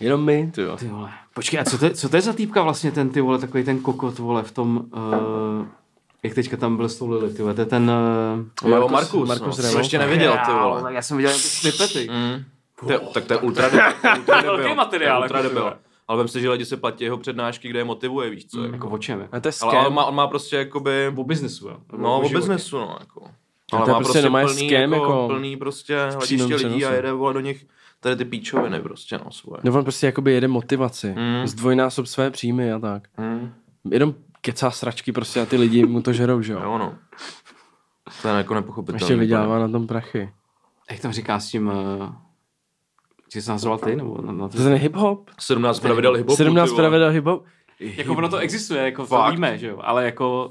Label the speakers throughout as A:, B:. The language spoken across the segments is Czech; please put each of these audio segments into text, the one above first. A: Jenom my, ty jo.
B: Ty vole. Počkej, a co to, je, co to je za týpka vlastně ten, ty vole, takový ten kokot, vole, v tom, uh, jak teďka tam byl s tou Lily, ty vole, to je ten... Uh,
A: Jo, Markus, Markus no,
B: Markus
A: to
B: Remo.
A: jsem ještě neviděl, ty
B: Já,
A: vole.
B: já jsem viděl jen ty snippety.
A: Mm. To je, tak to je ultra debil. to je ultra
C: Velký
A: debil,
C: materiál,
A: to je Ultra
C: jako, ty
A: debil.
C: vole.
A: Ale vem si, že lidi se platí jeho přednášky, kde je motivuje, víš co. jako.
B: Jako o čem? Jako?
D: A to je
A: Ale on
D: Mm. scam.
A: má, on má prostě jakoby...
B: O biznesu, jo? Nebo
A: No,
B: o
A: o
B: životě.
A: biznesu, no, jako.
D: to je prostě normálně scam, jako
A: plný prostě
D: přímém
A: hlediště lidí a
D: přenosu.
A: jede, vole, do nich tady ty píčoviny prostě, no, svoje.
D: No on prostě jakoby jede motivaci.
A: Mm.
D: Zdvojnásob své příjmy a tak.
A: Mm.
D: Jenom kecá sračky prostě a ty lidi mu to žerou, že jo?
A: Jo, no. To je jako
D: A
A: nepochopitelné.
D: Ještě vydělává na tom prachy.
B: Jak tam říká s tím... Uh, že jsi nazval ty, nebo na, na
D: To je ten hip-hop.
A: 17 pravidel hip
D: 17 pravidel hip-hop.
B: Jako ono to existuje, jako
A: Fakt.
B: to víme, že jo, ale jako...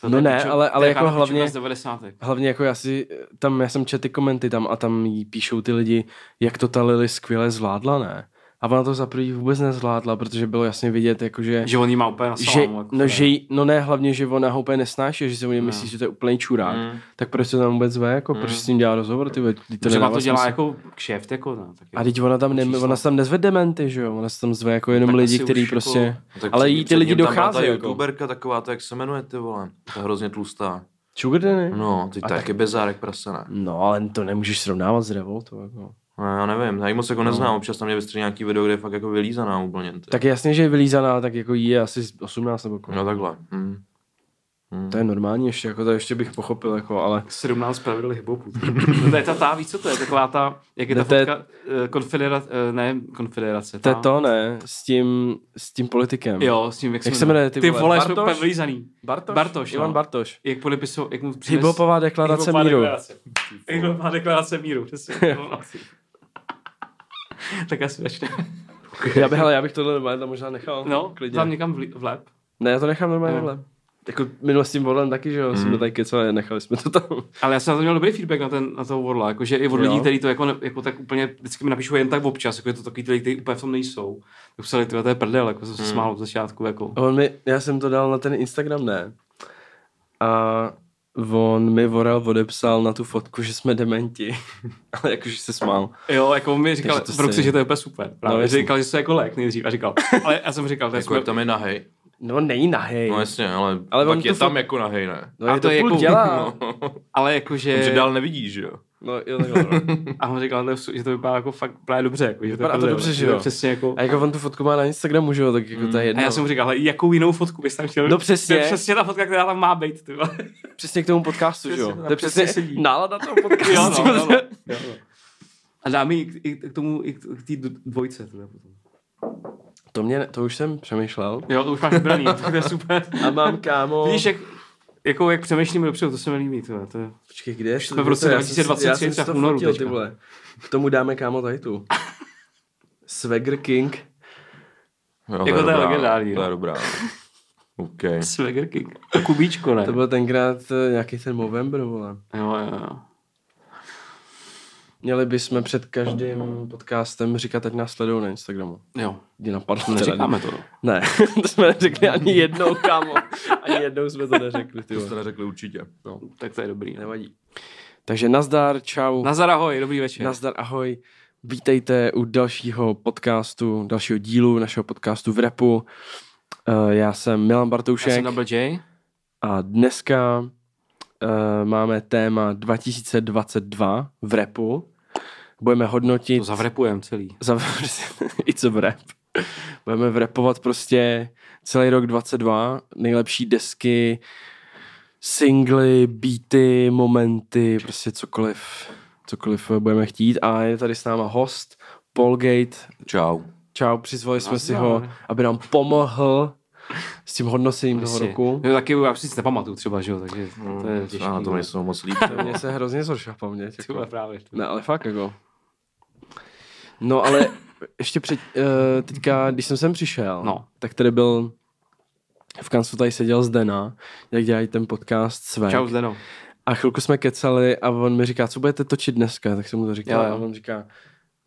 B: to
D: No
B: je
D: ne, ale-
B: to
D: ale
B: je
D: jako
B: kámo,
D: hlavně-
B: pičovina Z 90.
D: Hlavně jako já si, tam, já jsem četl ty komenty tam a tam jí píšou ty lidi, jak to ta Lily skvěle zvládla, ne? A ona to za prvý vůbec nezvládla, protože bylo jasně vidět, jako jakože,
B: Že on jí má úplně na
D: že,
B: salámu, jako,
D: no,
B: ne.
D: že jí, no ne, hlavně, že ona ho úplně nesnáší, že si o něj myslí, že to je úplný čurák. Tak proč se tam vůbec ve, jako, proč s ním dělá rozhovor, ty vole, ty to
B: Třeba
D: nedává
B: to dělá
D: smysl.
B: jako kšeft, jako no, tak
D: A teď ona tam, ne,
B: čísla.
D: ona se tam nezve dementy, že jo? Ona se tam zve jako jenom
B: Tak
D: lidi,
B: asi
D: který
B: už
D: prostě...
B: jako-
A: no, Tak
D: ale
A: před-
D: jí ty
A: před
D: lidi
A: ním tam má
D: docházejí.
A: Ta
D: Jako.
A: youtuberka taková, to jak se jmenuje, ty vole. Ta hrozně tlustá.
D: Sugar Daddy?
A: No, ty tak je bezárek prasena.
D: No, ale to nemůžeš srovnávat s revoltou. Jako.
A: No, já nevím, já ji moc jako
B: No.
A: neznám, občas tam mě vystřelí nějaký video, kde je fakt jako vylízaná úplně. Ty.
D: Tak jasně, že je vylízaná, ale tak jako jí je asi 18 nebo kolik.
A: No takhle. Hm.
D: To je normální ještě, jako to ještě bych pochopil, jako, ale...
B: 17 pravidel hiphopu. No to je ta, ta, víš co to je, taková ta, jak je ta
D: No to je-
B: fotka, eh, konfederace, eh, ne, konfederace.
D: To
B: ta-
D: je to, ne? S tím, s tím politikem.
B: Jo, s tím, jak,
D: Jak se jmenuje, ty
B: Ty
D: vole,
B: vole, jsou
D: Bartoš?
B: úplně vylízaný.
D: Bartoš?
B: Bartoš,
D: Ivan
B: no.
D: Bartoš.
B: Jak podepisou, jak mu přines...
D: Hiphopová deklarace
B: Hiphopová
D: míru.
B: deklarace. Hiphopová deklarace míru, přesně. No, asi. tak asi začne.
D: Já bych, hele, já bych tohle normálně tam možná nechal.
B: No,
D: klidně.
B: tam někam vlí- vlep.
D: Ne, já to nechám normálně
B: No.
D: no. Jako minule s tím Volem taky, že jo, jsme tady kecali, nechali jsme to tam.
B: Ale já jsem na to měl dobrý feedback na, ten, na toho Warla, jakože i od
D: Jo.
B: lidí, kteří to jako, ne, jako tak úplně vždycky mi napíšou jen tak občas, jako je to takový ty lidi, kteří úplně v tom nejsou. Tak psali, tyhle, to je prdel, jako jsem se
D: Hmm.
B: smál od začátku, jako.
D: On mi, já jsem to dal na ten Instagram, ne? A on mi Vorel odepsal na tu fotku, že jsme dementi. Ale jakože se smál.
B: Jo, jako on mi říkal,
D: to
B: v Bruxu,
D: si-
B: že to je úplně super. Právě. No,
D: jasně.
B: říkal, že to je jako lék nejdřív a říkal. Ale já jsem říkal, to je
A: Jako je
B: super.
A: tam je nahej.
D: No on není nahej.
A: No jasně, ale,
D: Ale
A: ale
D: on
A: pak
D: to
A: je tam
D: fakt-
A: jako nahej, ne? No.
D: No
B: A
D: je
B: to
D: to,
B: je
D: půl
B: jako-
D: dělá.
B: Ale jakože...
A: Že dál nevidíš, že jo?
D: No, jo, takhle. no.
B: A on říkal, to je su- že to vypadá jako fakt právě dobře. Jako, že to je
D: Vypadá to
B: prdel,
D: dobře, že
B: to je
D: jo.
B: Přesně jako...
D: A jako on tu fotku má na Instagramu, že jo, tak jako to je
B: Hmm. A
D: jedno.
B: já jsem mu říkal, ale jakou jinou fotku bys tam chtěl?
D: No přesně.
B: To je přesně ta fotka, která tam má být. Ty vole.
D: Přesně k tomu podcastu, že jo.
B: Přesně,
D: To je
B: přesně
D: přesně
B: sedí.
D: nálada toho podcastu.
B: jo, no, jo, no, jo, no. A dáme ji k- i k tomu, i k té dvojce. Teda potom.
D: To mě, ne- to už jsem přemýšlel.
B: Jo, to už máš vybraný, No. to je super.
D: A mám kámo...
B: Vidíš, jak, jako, jak přemýšlíme dopředu, to se mi líbí. Tyhle, to je...
D: Počkej, kde je?
B: jsme v roce
D: Já jsem si-
B: 2023,
D: já jsem si
B: tak
D: to
B: v únoru
D: fotil,
B: teďka.
D: ty vole. K tomu dáme kámo tady tu. Swagger King.
A: jo
B: Jako to je
A: dobrá,
B: legendární,
A: To
B: no.
A: je dobrá. OK.
B: Swagger King. Kubíčko, ne?
D: To byl tenkrát eh, nějaký ten Movember, vole.
B: Jo, jo, jo.
D: Měli bychom před každým podcastem říkat, ať nás sledují na Instagramu.
B: Jo,
D: Kdy napadlo
B: neříkáme to. no.
D: Ne, to jsme neřekli ani jednou, kámo. Ani jednou jsme to neřekli, ty
A: To jste
D: vole.
A: neřekli určitě. no.
B: Tak to je dobrý.
D: Nevadí. Takže nazdar, čau.
B: Nazar, ahoj, dobrý večer.
D: Nazdar, ahoj. Vítejte u dalšího podcastu, dalšího dílu našeho podcastu v repu. Eh, Já jsem Milan
B: Já
D: Bartoušek
B: jsem Double J.
D: a dneska eh, máme téma 2022 v repu. Budeme hodnotit...
B: To zavrepujem celý.
D: za i co v rap. Budeme v repovat prostě celý rok 22, nejlepší desky, singly, beaty, momenty, prostě cokoliv, cokoliv budeme chtít. A je tady s náma host, Polgate.
A: Čau.
D: Čau, přizvali jsme si ho,
B: Nazdar.
D: aby nám pomohl s tím hodnocením toho
B: Asi.
D: roku.
B: Prostě. Jo, taky já si nic nepamatuju třeba, že jo, takže
D: Hmm,
B: to
D: no,
B: je těžký. no.
A: A na tom nejsou moc líp.
D: Mně se hrozně zhoršila paměť.
B: Ty vole, právě.
D: Ne, ale fakt jako. No ale ještě před, uh, teďka, když jsem sem přišel,
B: No.
D: tak tady byl, v kanclu tady seděl Zdena, jak dělají ten podcast své.
B: Čau, Zdeno.
D: A chvilku jsme kecali a on mi říká, co budete točit dneska, tak jsem mu to říkal
B: Jo, jo.
D: a on říká,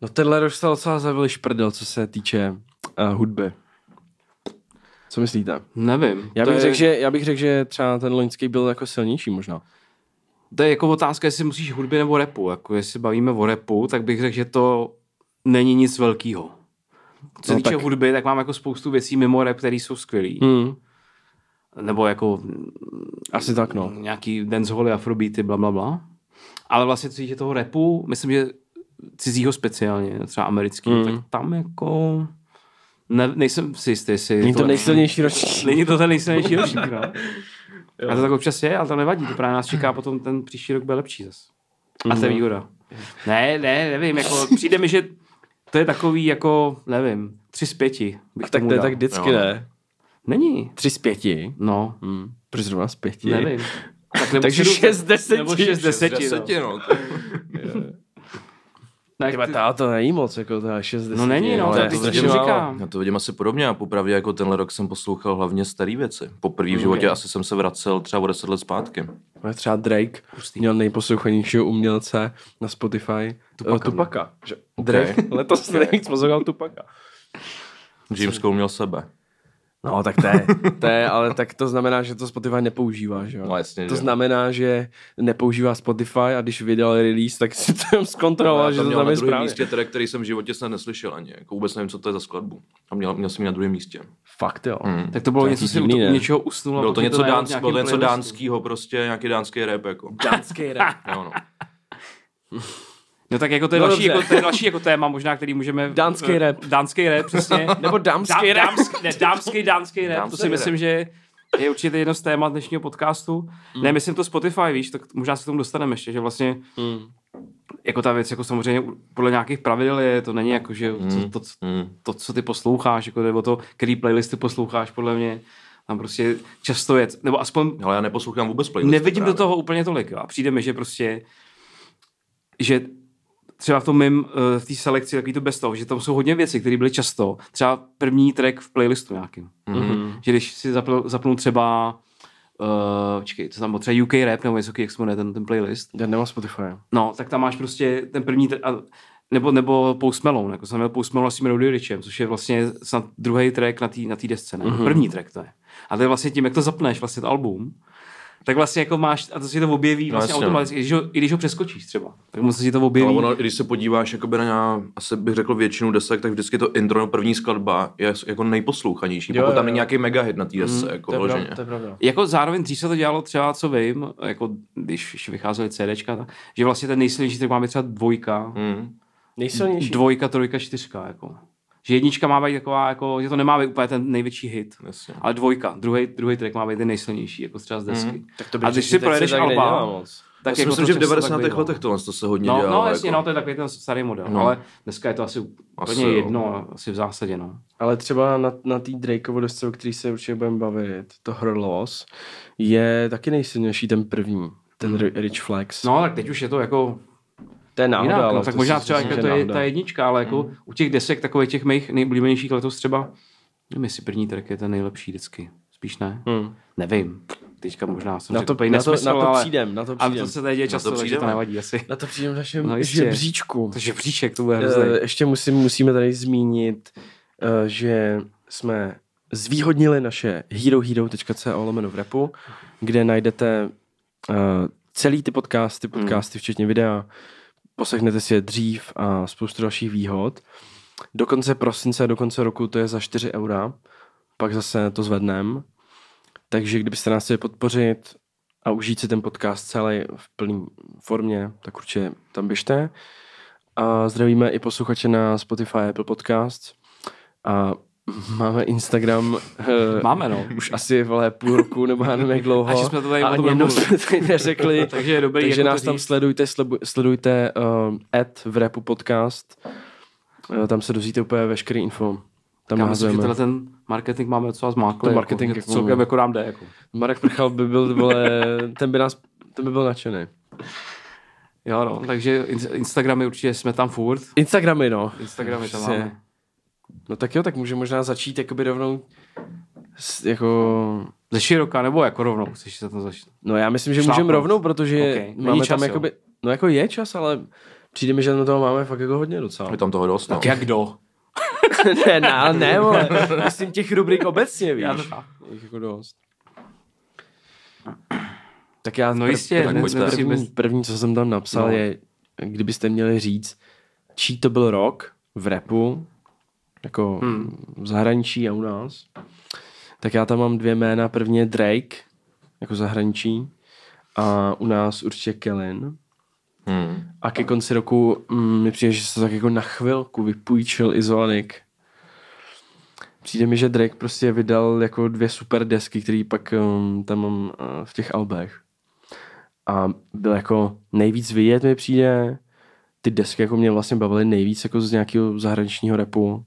D: no tenhle rok jste docela zavili šprdel, co se týče uh, hudby. Co myslíte?
B: Nevím.
D: Já
B: to
D: bych,
B: je,
D: je... řekl, že, já bych řekl, že třeba ten loňský byl jako silnější možná.
B: To je jako otázka, jestli musíš hudby nebo repu. Jako jestli bavíme o repu, tak bych řekl, že to není nic velkého. Co se
D: No,
B: týče
D: tak-
B: hudby, tak mám jako spoustu věcí mimo rap, které jsou skvělý.
D: Hmm. Hm.
B: Nebo jako
D: Asi tak, no.
B: nějaký danceholy, afrobeaty, bla, bla, bla. Ale vlastně co se týče toho repu, myslím, že cizího speciálně, třeba americký,
D: Mm.
B: mm. tak tam jako... Ne, nejsem si jistý, jestli...
D: Není to nejsilnější ročník.
B: Není to ten nejsilnější ročník, no. A to tak občas je, ale to nevadí, to právě nás čeká potom ten příští rok bude lepší zas. A
D: Mhm.
B: to je výhoda. Ne, ne, nevím, jako přijde mi, že to je takový jako, nevím, tři z pěti bych
D: A tak
B: tomu
D: to je
B: dal.
D: tak vždycky,
A: Jo.
D: ne?
B: Není,
D: Tři z pěti.
B: no,
D: Hmm. Proč zrovna z pěti?
B: nevím. Tak nebo
D: Takže
B: šedu-
D: šest z deseti.
B: Nebo šest z deseti, no.
A: no.
B: Tak
D: Tyba,
B: ty-
D: tá, to není moc, jako ta 60.
B: No není, no,
D: ale
B: to
D: je
B: ty-
D: strašně
B: to
D: málo.
B: říkám.
A: Já to vidím asi podobně a popravdě jako tenhle rok jsem poslouchal hlavně staré věci. Poprvé v životě asi jsem se vracel třeba o 10 let zpátky.
D: Ale Třeba Drake měl nejposlouchanějšího umělce na Spotify. Tupaka. Tupaka. Že Drake letos nejvíc poslouchal Tupaka.
A: James Cole měl sebe.
D: No, tak to je, to je, ale tak to znamená, že to Spotify nepoužívá, že jo?
A: No, jasně,
D: to
A: že jo.
D: znamená, že nepoužívá Spotify a když vydal release, tak si to jenom
A: No,
D: zkontroloval, že to tam
A: na
D: je
A: druhém
D: správně.
A: místě, teda, který jsem v životě snad neslyšel ani. Jako vůbec nevím, co to je za skladbu. A měl, měl jsem ji na druhém místě.
D: Fakt jo.
B: Tak to bylo
D: To je
B: něco, si u
D: divný, ne?
B: něčeho usnul. a
A: Bylo to
B: potom
A: něco,
B: najel v
A: dánský,
B: nějakém
A: bylo to něco
B: playlistu.
A: dánskýho, prostě nějaký dánský rap. Jako.
D: Dánský rap.
A: Jo, no.
B: No tak jako to je,
D: No
B: další,
D: dobře.
B: jako, to je další jako téma možná, který můžeme...
D: Dánský
B: eh,
D: rap.
B: Dánský rap, přesně.
D: Nebo dámský
B: Dám-
D: rap.
B: dámsk- ne, dámský, dámský rap, to
A: Dámský
B: si
A: rap.
B: myslím, že je určitě jedno z témat dnešního podcastu. Mm. Ne, myslím to Spotify, víš, tak možná se k tomu dostaneme ještě, že vlastně
D: Mm.
B: jako ta věc, jako samozřejmě u- podle nějakých pravidel je, to není jako, že to, to, co-
A: Mm.
B: to, co ty posloucháš, jako nebo to, který playlisty posloucháš, podle mě, tam prostě často je, nebo aspoň
A: Ale já neposlouchám vůbec playlisty.
B: nevidím
A: právě.
B: do toho úplně tolik. Jo. A přijde mi, že prostě, že třeba v tom mým, eh, v té selekci, takový to bez toho, že tam jsou hodně věcí, které byly často. Třeba první track v playlistu nějakým. Mm-hmm. Že když si zapl, zapnu třeba, uh, čekej, co tam bylo, třeba UK Rap nebo něco, jak se jmenuje ten, ten playlist,
D: Já nemám Spotify.
B: No, tak tam máš prostě ten první, tr- a, nebo, nebo Post Malone, jako jsem měl Post Malone s tím Roddy Richem, což je vlastně snad druhý track na té na tý desce, ne?
A: Mhm.
B: Mm-hmm. První track to je. A to je vlastně tím, jak to zapneš, vlastně to album, tak vlastně jako máš, a to si to objeví vlastně
A: No, jasně.
B: automaticky, i když, ho, i když ho přeskočíš třeba, tak moc si to objeví.
A: Ale ono, když se podíváš jakoby na, nějak- asi bych řekl většinu desek, tak vždycky to intro, no, první skladba je s- jako nejposlouchanější,
D: Jo,
A: pokud
D: jo, jo.
A: tam není nějaký mega hit na té desce, jako
D: to, je
A: vyloženě.
D: pravda, to je pravda.
B: Jako zároveň dřív se to dělalo třeba, co vím, jako když ještě vycházely CDčka, tak, že vlastně ten nejsilnější track má být třeba dvojka,
A: Mm.
D: Nejsilnější.
B: dvojka, trojka, čtyřka, jako. Že jednička má být taková, jako, že to nemá být úplně ten největší hit.
A: Jasně.
B: Ale dvojka, druhý, druhý track má být ten nejsilnější, jako třeba z desky. Mm,
D: Mhm. Tak to
B: a když si projedeš Alba,
D: moc.
A: Tak Já si myslím,
B: to
A: že v
B: často tak jako prostě
A: 90.
B: bývá.
A: letech tohle to se hodně
B: No,
A: dělalo.
B: no jasně,
A: jako.
B: no, to je takový ten starý model,
A: No.
B: no. ale dneska je to asi úplně
A: jo.
B: jedno, asi v zásadě, no.
D: Ale třeba na, na té Drakeovo desce, o který se určitě budeme bavit, to Hrlos, je taky nejsilnější ten první, ten Ri- Rich Flex.
B: Hmm. No, tak teď už je to jako
D: to je náhoda,
B: jinak,
D: ale
B: no,
D: to
B: tak
D: si
B: možná
D: myslím,
B: třeba
D: že
B: jako to je
D: náhoda. Mhm.
B: ta jednička, ale jako u těch desek takových těch mých nejoblíbenějších letos třeba, nevím, jestli první track je ten nejlepší vždycky, spíš ne,
D: Hmm.
B: nevím, teďka možná jsem
D: Na
B: řekl
D: to,
B: úplně
D: na to,
B: nesmysl,
D: na to
B: ale-
D: přijdem, na to
B: A
D: přijdem.
B: to se tady děje často, takže
A: přijdeme.
B: to nevadí asi.
D: Na to přijdem v našem
B: No
D: no,
B: jistě.
D: žebříčku.
B: Takže příšek to bude hrozný.
D: Eh, Ještě musím, musíme tady zmínit, eh, že jsme zvýhodnili naše herohero.co lomeno v repu, kde najdete eh, celý ty podcasty,
B: Hmm.
D: podcasty včetně videa, poslechnete si je dřív a spoustu dalších výhod. Do konce prosince, do konce roku to je za 4 eura, pak zase to zvedneme. Takže kdybyste nás chtěli podpořit a užít si ten podcast celý v plné formě, tak určitě tam běžte. A zdravíme i posluchače na Spotify Apple Podcast. A máme Instagram eh,
B: Máme, no.
D: už asi vole půl roku, nebo já nevím jak dlouho.
B: A že jsme to tady
D: a
B: o tom
D: ani jednou jsme
B: nemluvili.
D: tady neřekli.
B: Takže je dobrý,
D: Takže
B: jako to
D: nás tam
B: říct.
D: sledujte, slebu- sledujte um, at v repu podcast. Eh, tam se dozvíte úplně veškerý info. Tam
B: Já myslím, že
D: nahazujeme.
B: tenhle ten marketing máme docela zmáklý.
D: Ten marketing, jak
B: jako, jako, celkem
D: mluvím.
B: jako nám jde. Jako.
D: Marek Prchal by byl, vole, ten by nás, ten by byl nadšený.
B: Jo, no, takže in- Instagramy určitě jsme tam furt.
D: Instagramy, no.
B: Instagramy tam
D: Přesně.
B: máme.
D: No tak jo, tak může možná začít jakoby rovnou s, jako...
B: Ze široka, nebo jako rovnou, chceš se tam začít.
D: No já myslím, že můžeme
B: Šlápnout.
D: rovnou, protože
B: Ok, není
D: máme tam
B: čas, jo.
D: jakoby... No jako je čas, ale přijde mi, že na toho máme fakt jako hodně docela.
A: Je tam toho dost, no.
B: Jak kdo?
D: ne, ne, ne, vole. Myslím těch rubrik obecně, víš.
B: Já to chápu.
D: Jich jako dost. Tak já
B: No
D: prv-
B: jistě,
D: prv-
A: ne-
D: první, první,
B: nemusíme-
D: první, co jsem tam napsal,
B: No.
D: je, kdybyste měli říct, čí to byl rok v repu, tak jako
B: Hmm.
D: v zahraničí a u nás. Tak já tam mám dvě jména. První je Drake, jako zahraničí. A u nás určitě Kellen.
A: Hmm.
D: A ke konci roku mm, mi přijde, že se tak jako na chvilku vypůjčil Izolanik. Přijde mi, že Drake prostě vydal jako dvě super desky, které pak um, tam mám uh, v těch albech. A byl jako nejvíc vidět mi přijde. Ty desky jako mě vlastně bavily nejvíc jako z nějakého zahraničního repu.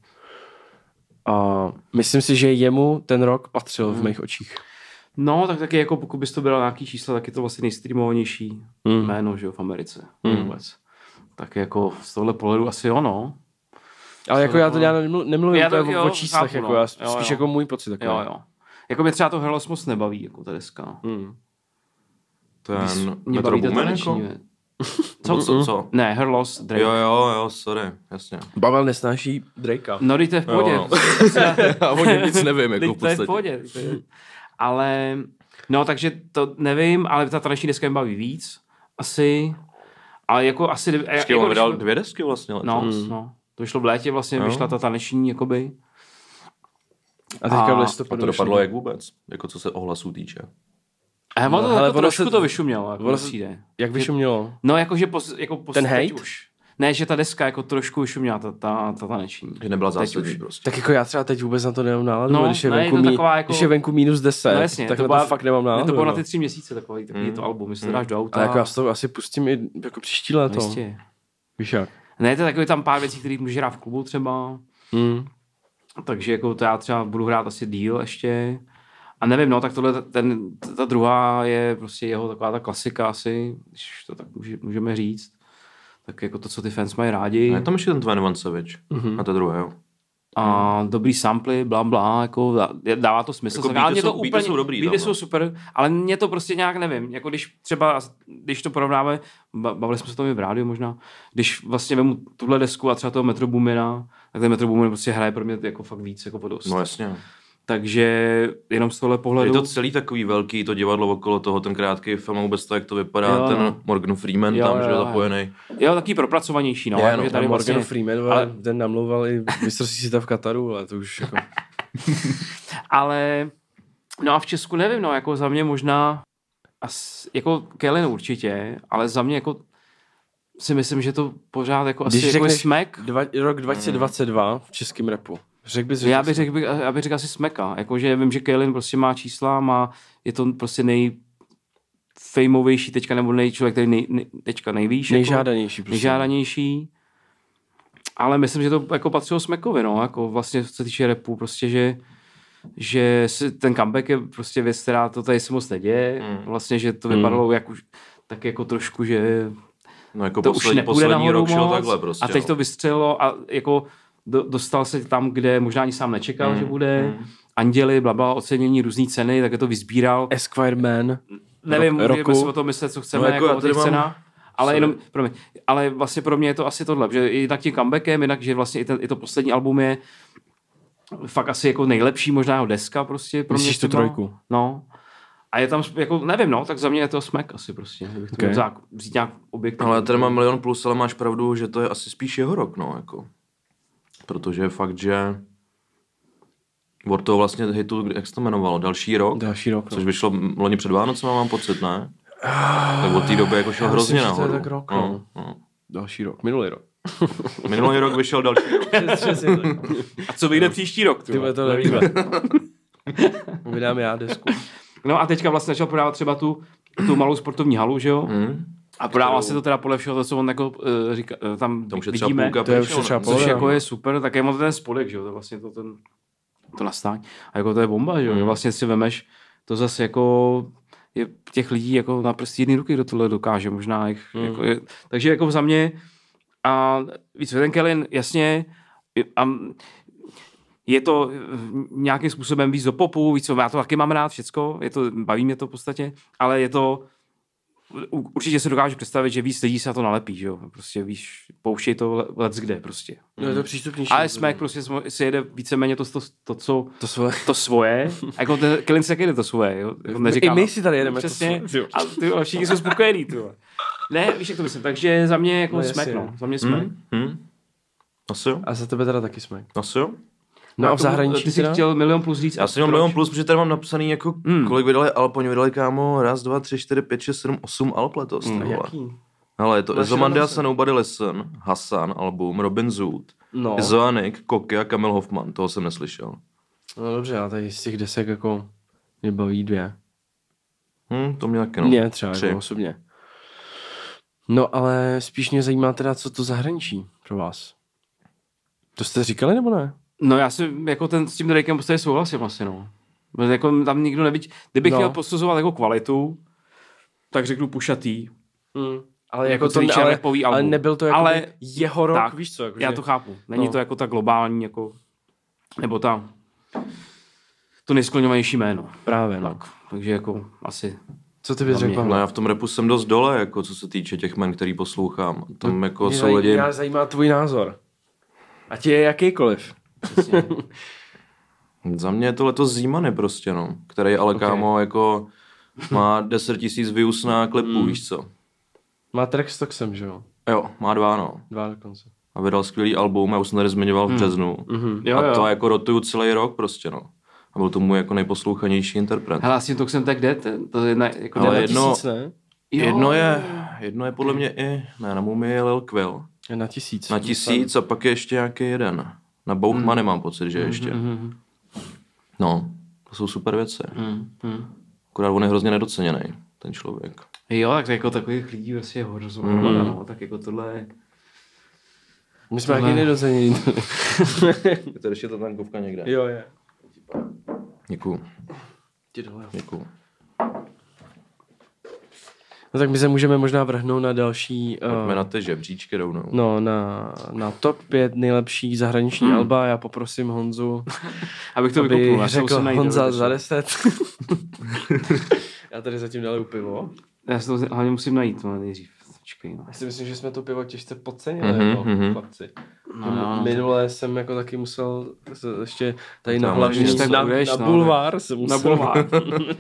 D: A myslím si, že jemu ten rok patřil
B: Hmm.
D: v mých očích.
B: No, tak taky jako pokud bys to bral nějaký čísla, tak je to vlastně nejstreamovanější
D: Mm.
B: mm. jméno, že jo, v Americe mm. vůbec. Tak jako z tohle pohledu asi no. ono.
D: Ale jako
B: to
D: já to
B: bylo?
D: já nemlu- nemluvím
B: Já
D: já to,
B: tak
D: jako
B: jo,
D: o číslech,
B: chápu,
D: jako
B: no.
D: já
B: Jo,
D: spíš
B: jo.
D: jako můj pocit. Jako.
B: Jo, jo. Jako mě třeba to Helos moc nebaví, jako ta deska.
D: Mm.
A: Ten
B: Mě baví
A: Metro
B: to
A: Boomin jako?
B: taneční. ve-
A: Co, co, co?
B: Ne, Herlos, Drake.
A: Jo, jo, jo, sorry, jasně.
D: Pavel nesnáší Drakea.
B: No, teď to je v pohodě.
A: Jo, no. Já o něm nic nevím, jako v
B: Teď to je v
A: podstatě.
B: pohodě. Ale, no takže to nevím, ale ta taneční deska mě baví víc, asi. Ale jako asi... kdyby-
A: Počkej,
B: jako
A: on
B: když
A: vydal
B: to-
A: dvě desky vlastně letos.
B: No,
D: hmm.
B: no. To vyšlo v létě vlastně,
D: No.
A: Jo.
B: vyšla ta taneční, jakoby.
D: A teďka v
B: A-
A: A
D: listopadu
A: to dopadlo jak vůbec, jako co se ohlasů týče.
B: Ale no,
D: No,
B: to,
D: hele,
B: hele, jako
D: ono
B: trošku
D: se-
B: to vyšumělo, jako
D: ono
B: ono
D: se-
B: přijde.
D: Jak vyšumělo?
B: No, jakože pos, jako pos,
D: Ten
B: teď
D: hate?
B: Už. Ne, že ta deska jako trošku vyšuměla, ta, ta, ta taneční.
A: Že nebyla
B: Teď
A: zásadní
B: už.
A: prostě.
D: Tak jako já třeba teď vůbec na to nemám náladu,
B: No,
D: no, když, je
B: ne,
D: venku
B: je to
D: mí,
B: taková
D: jako...
B: jako-
D: když je venku minus 10,
B: No jasně,
D: tak to,
B: byla-
D: to fakt nemám náladu.
B: to bylo na
D: no. Hmm.
B: ty tři měsíce takový, takový to album, jestli to dáš do auta.
D: Ale jako já si to asi pustím i jako příští
B: no,
D: léto.
B: jistě.
D: Víš jak?
B: Ne, to je takový tam pár věcí, které můžeš hrát v klubu třeba.
D: Mm.
B: Takže jako to já třeba budu hrát asi díl ještě. A nevím, no, tak tohle, ten, ta druhá je prostě jeho taková ta klasika asi, když to tak může- můžeme říct. Tak jako to, co ty fans mají rádi.
A: A No je tam ještě ten Tvan Vancevič
B: Mhm.
A: mm-hmm. a to druhé, jo.
B: a dobrý samply, bla, bla, jako dá- dává to smysl.
A: Jako
B: Tak,
A: beaty
B: ale mě
A: jsou- beaty jsou dobrý
B: Beaty
A: tam,
B: jsou
A: no.
B: super, ale mě to prostě nějak nevím. Jako když třeba, když to porovnáme, ba- bavili jsme se o tom i v rádiu možná, když vlastně vemu tuhle desku a třeba toho Metro Boomina, tak ten Metro Boomin prostě hraje pro mě jako fakt víc, jako podost.
A: No
B: No,
A: jasně.
B: Takže jenom z tohle
A: Je
B: pohledu.
A: to celý takový velký, to divadlo okolo toho, ten krátký film, vůbec to, jak to vypadá,
B: Jo,
A: jo, ten
B: no.
A: Morgan Freeman
B: Jo,
A: tam,
B: jo,
A: že je
B: jo.
A: zapojený.
B: Jo, taky propracovanější, no.
A: Je,
B: jako,
A: no,
B: že
D: Tady
B: tady
D: Morgan
B: vlastně,
D: Freeman, ale ten namlouval i mistrovství světa v Kataru, ale to už jako...
B: ale no a v Česku nevím, no, jako za mě možná, as, jako Kellen určitě, ale za mě jako si myslím, že to pořád jako asi
D: Když
B: jako je
D: řekneš
B: smek.
D: Dva, rok 2022 v českém repu. Řekl bys, že
B: Já bych řekl, bych, já bych řekl asi smeka, jakože vím, že Kellen prostě má čísla, má, je to prostě nej fejmovější teďka, nebo nej, člověk, který nej, nej, teďka nejvíš.
D: nejžádanější.
B: Jako,
D: Prostě.
B: nejžádanější. Ale myslím, že to jako patřilo Smekovi, no, jako vlastně co se týče repu, prostě, že že si, ten comeback je prostě věc, která to tady se moc neděje.
A: Mm.
B: Vlastně, že to vypadalo jak už, tak jako trošku, že
A: No jako
B: to už
A: poslední,
B: nepůjde
A: poslední
B: nahoru
A: rok šel
B: moc.
A: takhle prostě.
B: a teď to vystřelilo a jako do, dostal se tam, kde možná ani sám nečekal,
A: Hmm.
B: že bude. Anděli, blabla, ocenění, různé ceny, tak je to vyzbíral.
D: Esquire Man.
B: Nevím,
D: roku.
B: můžeme si o tom myslet, co chceme,
A: No, jako
B: jako,
A: já
B: jako o
A: tady
B: těch
A: mám-
B: cenách. Ale,
A: Sorry.
B: jenom, promiň, ale vlastně pro mě je to asi tohle, že jednak tím comebackem, jednak, že vlastně i, ten, i to poslední album je fakt asi jako nejlepší možná jeho deska prostě. Pro
D: Myslíš tu
B: mě třeba.
D: trojku?
B: No. A je tam, sp- jako nevím, no, tak za mě je to smek asi prostě. Kdybych to
D: Okay.
B: okay. vzít, vzít nějak objektivně.
A: Ale já tady mám milion plus, ale máš pravdu, že to je asi spíš jeho rok, no, jako. Protože je fakt, že od toho vlastně hitu, kdy- jak se to jmenovalo, další rok,
D: Další rok.
A: což
D: No.
A: vyšlo m- loni před Vánocem, mám pocit, ne? Tak od té doby jako šel
D: Já
A: hrozně
D: myslím, že to je
A: nahoru.
D: tak rok,
A: no, no.
D: Další rok. Minulý rok.
A: Minulý rok vyšel další rok.
B: A co vyjde příští rok?
D: Ty vole, to nevíme. Vydám já desku.
B: No a teďka vlastně začal prodávat třeba tu, tu malou sportovní halu, že jo?
A: Hmm?
B: A prodává
A: kterou-
B: se to teda podle všeho, to, co on jako uh, říká, uh, tam
A: Tam už je třeba
B: vidíme.
A: půlka
D: To je
A: pryč,
D: už
A: ale-
D: třeba
B: Což
D: Pohoda.
B: jako je super, tak je moc ten spodek, že jo, to je vlastně to ten, to nastáň. A jako to je bomba, že jo, vlastně si vemeš, to zase jako je těch lidí jako na prstí jedné ruky, kdo tohle dokáže, možná jich, mm. jako je, takže jako za mě a víc ten Kellen, jasně, je- a m- je to eh, nějakým způsobem víc do popu, víc, já to taky mám rád, všecko, je to, baví mě to v podstatě, ale je to, u- určitě se dokážu představit, že víc lidí se na to nalepí, že jo, prostě víš, pouštěj to le- let's kde prostě.
D: No je to přístupnější.
B: Ale Smack prostě smo- si jede víceméně to, to, to co
D: To jsou...
B: to svoje. A jako ten Killing si taky jede to svoje. Jo? Jako
D: I my si tady jedeme to
B: Přesně.
D: svoje, jo.
B: a ty, vole, všichni jsou spokojení. Ty. vole. Ne, víš, jak to myslím. Takže za mě jako
D: No,
B: no, smek,
D: jasně.
B: no. Za mě smek.
A: Hmm? Asi jo,
D: A za tebe teda taky smek.
A: asi jo.
D: No a v
B: K tomu,
D: zahraničí
B: jako, Ty jsi
D: teda?
B: chtěl milion plus říct.
A: Já
B: a
A: jsem měl
B: proč?
A: milion plus, protože tady mám napsaný jako,
B: Hmm.
A: hmm. kolik vydali alb, oni vydali kámo, raz, dva, tři, čtyři, pět, šest, sedm, osm alb letos.
D: A
A: Hmm.
D: jaký?
A: Hele, je to
D: Vaše
A: Ezomandias
D: Mandelson.
A: a Nobody Listen, Hassan album, Robin Zood,
D: No.
A: no. Zoanik, Koky a Kamil Hoffman, toho jsem neslyšel.
D: no dobře, ale tady z těch desek jako mě baví dvě.
A: Hm, to mě taky, no.
D: No, mě třeba
A: tři.
D: jako osobně. No ale spíš mě zajímá teda, co to zahraničí pro vás. To jste říkali nebo ne?
B: No já si jako ten s tím Drakem prostě souhlasím asi, no. Protože Jako tam nikdo nevidí. Kdybych
D: No.
B: no. měl posuzovat jako kvalitu, tak řeknu pušatý.
D: Mm. Ale
B: Jako
D: jako to,
B: celý
D: ale,
B: červepový
D: ale
B: album.
D: nebyl to jako
B: Ale-
D: jeho rok,
B: tak,
D: víš co? Jako,
B: Já
D: že-
B: to chápu. Není
D: No.
B: no. to jako ta globální, jako, nebo ta, to nejskloňovanější jméno.
D: Právě, no.
B: Tak, takže jako asi.
D: Co ty bys
B: Za
D: řekl,
B: mě.
D: Pavle?
A: No já v tom repu jsem dost dole, jako co se týče těch men, který poslouchám.
B: Hm,
A: Tam jako
D: Mě
A: jsou
D: zaj-
A: lidi...
D: Mě zajímá tvůj názor. Ať je jakýkoliv.
A: Za mě je to letos Zímany prostě, no. Který ale okay. kámo jako má 10 tisíc views na klipu,
B: Hmm.
A: víš co.
D: Má track s Toxem, že jo?
A: Jo, má dva, no.
D: Dva dokonce.
A: A vydal skvělý album, já už jsem tady zmiňoval v březnu.
B: Hmm. Mhm, Jo,
A: a to
B: jo.
A: jako rotuju celý rok prostě, no. A byl to můj jako nejposlouchanější interpret.
B: Hele, asi to jsem tak jde, to- to je na, jako
A: Ale
B: na-
A: jedno-
D: Tisíc, ne?
B: Jo.
A: Jedno je, jedno je podle mě i, ne, na Mumii je Lil Quill.
D: Je Na tisíc.
A: Na tisíc a pak je ještě nějaký jeden. Na Bouchmany mám pocit, že ještě.
B: Mhm,
A: No, to jsou super věci.
B: mhm, mhm.
A: Akorát on je hrozně nedoceněný, ten člověk.
B: Jo, tak jako takových lidí prostě je horozovala,
A: Mhm.
B: mm. no, tak jako tohle je...
D: My jsme
B: Tohle-
D: taky nedocenění.
A: Je tady ještě ta tankovka někde?
D: jo, je.
A: Děkuju,
D: Jdi dole.
A: děkuju.
D: No tak my se můžeme možná vrhnout na další... eh,
A: Pojďme na ty žebříčky rovnou.
D: No, na, na top 5 nejlepší zahraniční hmm. alba. Já poprosím Honzu,
B: Abych to
D: aby
B: vykopnul, já se
D: řekl
B: musím najít
D: Honza
B: dodatečně.
D: za 10. Já tady zatím dali u pivo.
B: Já se to hlavně musím najít, no, nejdřív. Počkej, no.
D: Já si myslím, že jsme to pivo těžce podcenili,
A: Mhm,
D: mm-hmm,
A: mhm.
D: chlapci.
B: No, jo, no.
D: Minule jsem jako taky musel se ještě tady
A: To
D: na
A: tam
D: hlavní,
A: můžeš,
B: tak
D: na,
B: budeš,
D: na
B: no,
D: bulvár jsem musel.
B: Na bulvár.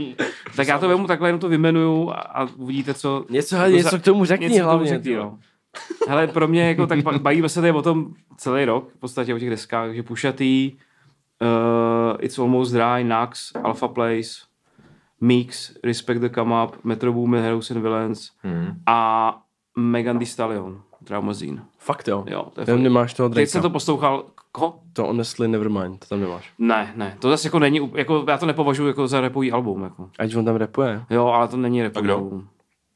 B: tak já to vemu takhle, jenom to vymenuju a, a uvidíte, co...
D: Něco, hele, něco k tomu řekni
B: něco k tomu
D: hlavně.
B: řekni,
D: ty
B: jo.
D: vole.
B: Hele, pro mě jako tak ba- bavíme se tady o tom celý rok, v podstatě o těch deskách, že Pušatý, uh, It's Almost Dry, Nax, Alpha Place, Mix, Respect the Come Up, Metro Boomin, Heroes and Villains
D: Hmm.
A: Mhm.
B: a Megan Thee Stallion, Traumazine.
D: Fakt jo.
B: Jo, to je
D: Tam
B: fakt.
D: nemáš toho
B: Teď jsem
D: Drakea.
B: to
D: To...
B: poslouchal, koho?
D: to honestly nevermind, to tam nemáš.
B: Ne, ne, to zase jako není, úpl- jako já to nepovažuji jako za repový album, jako.
D: Ať on tam repuje.
B: Jo, ale to není
A: A
B: repový
A: kdo?
B: album.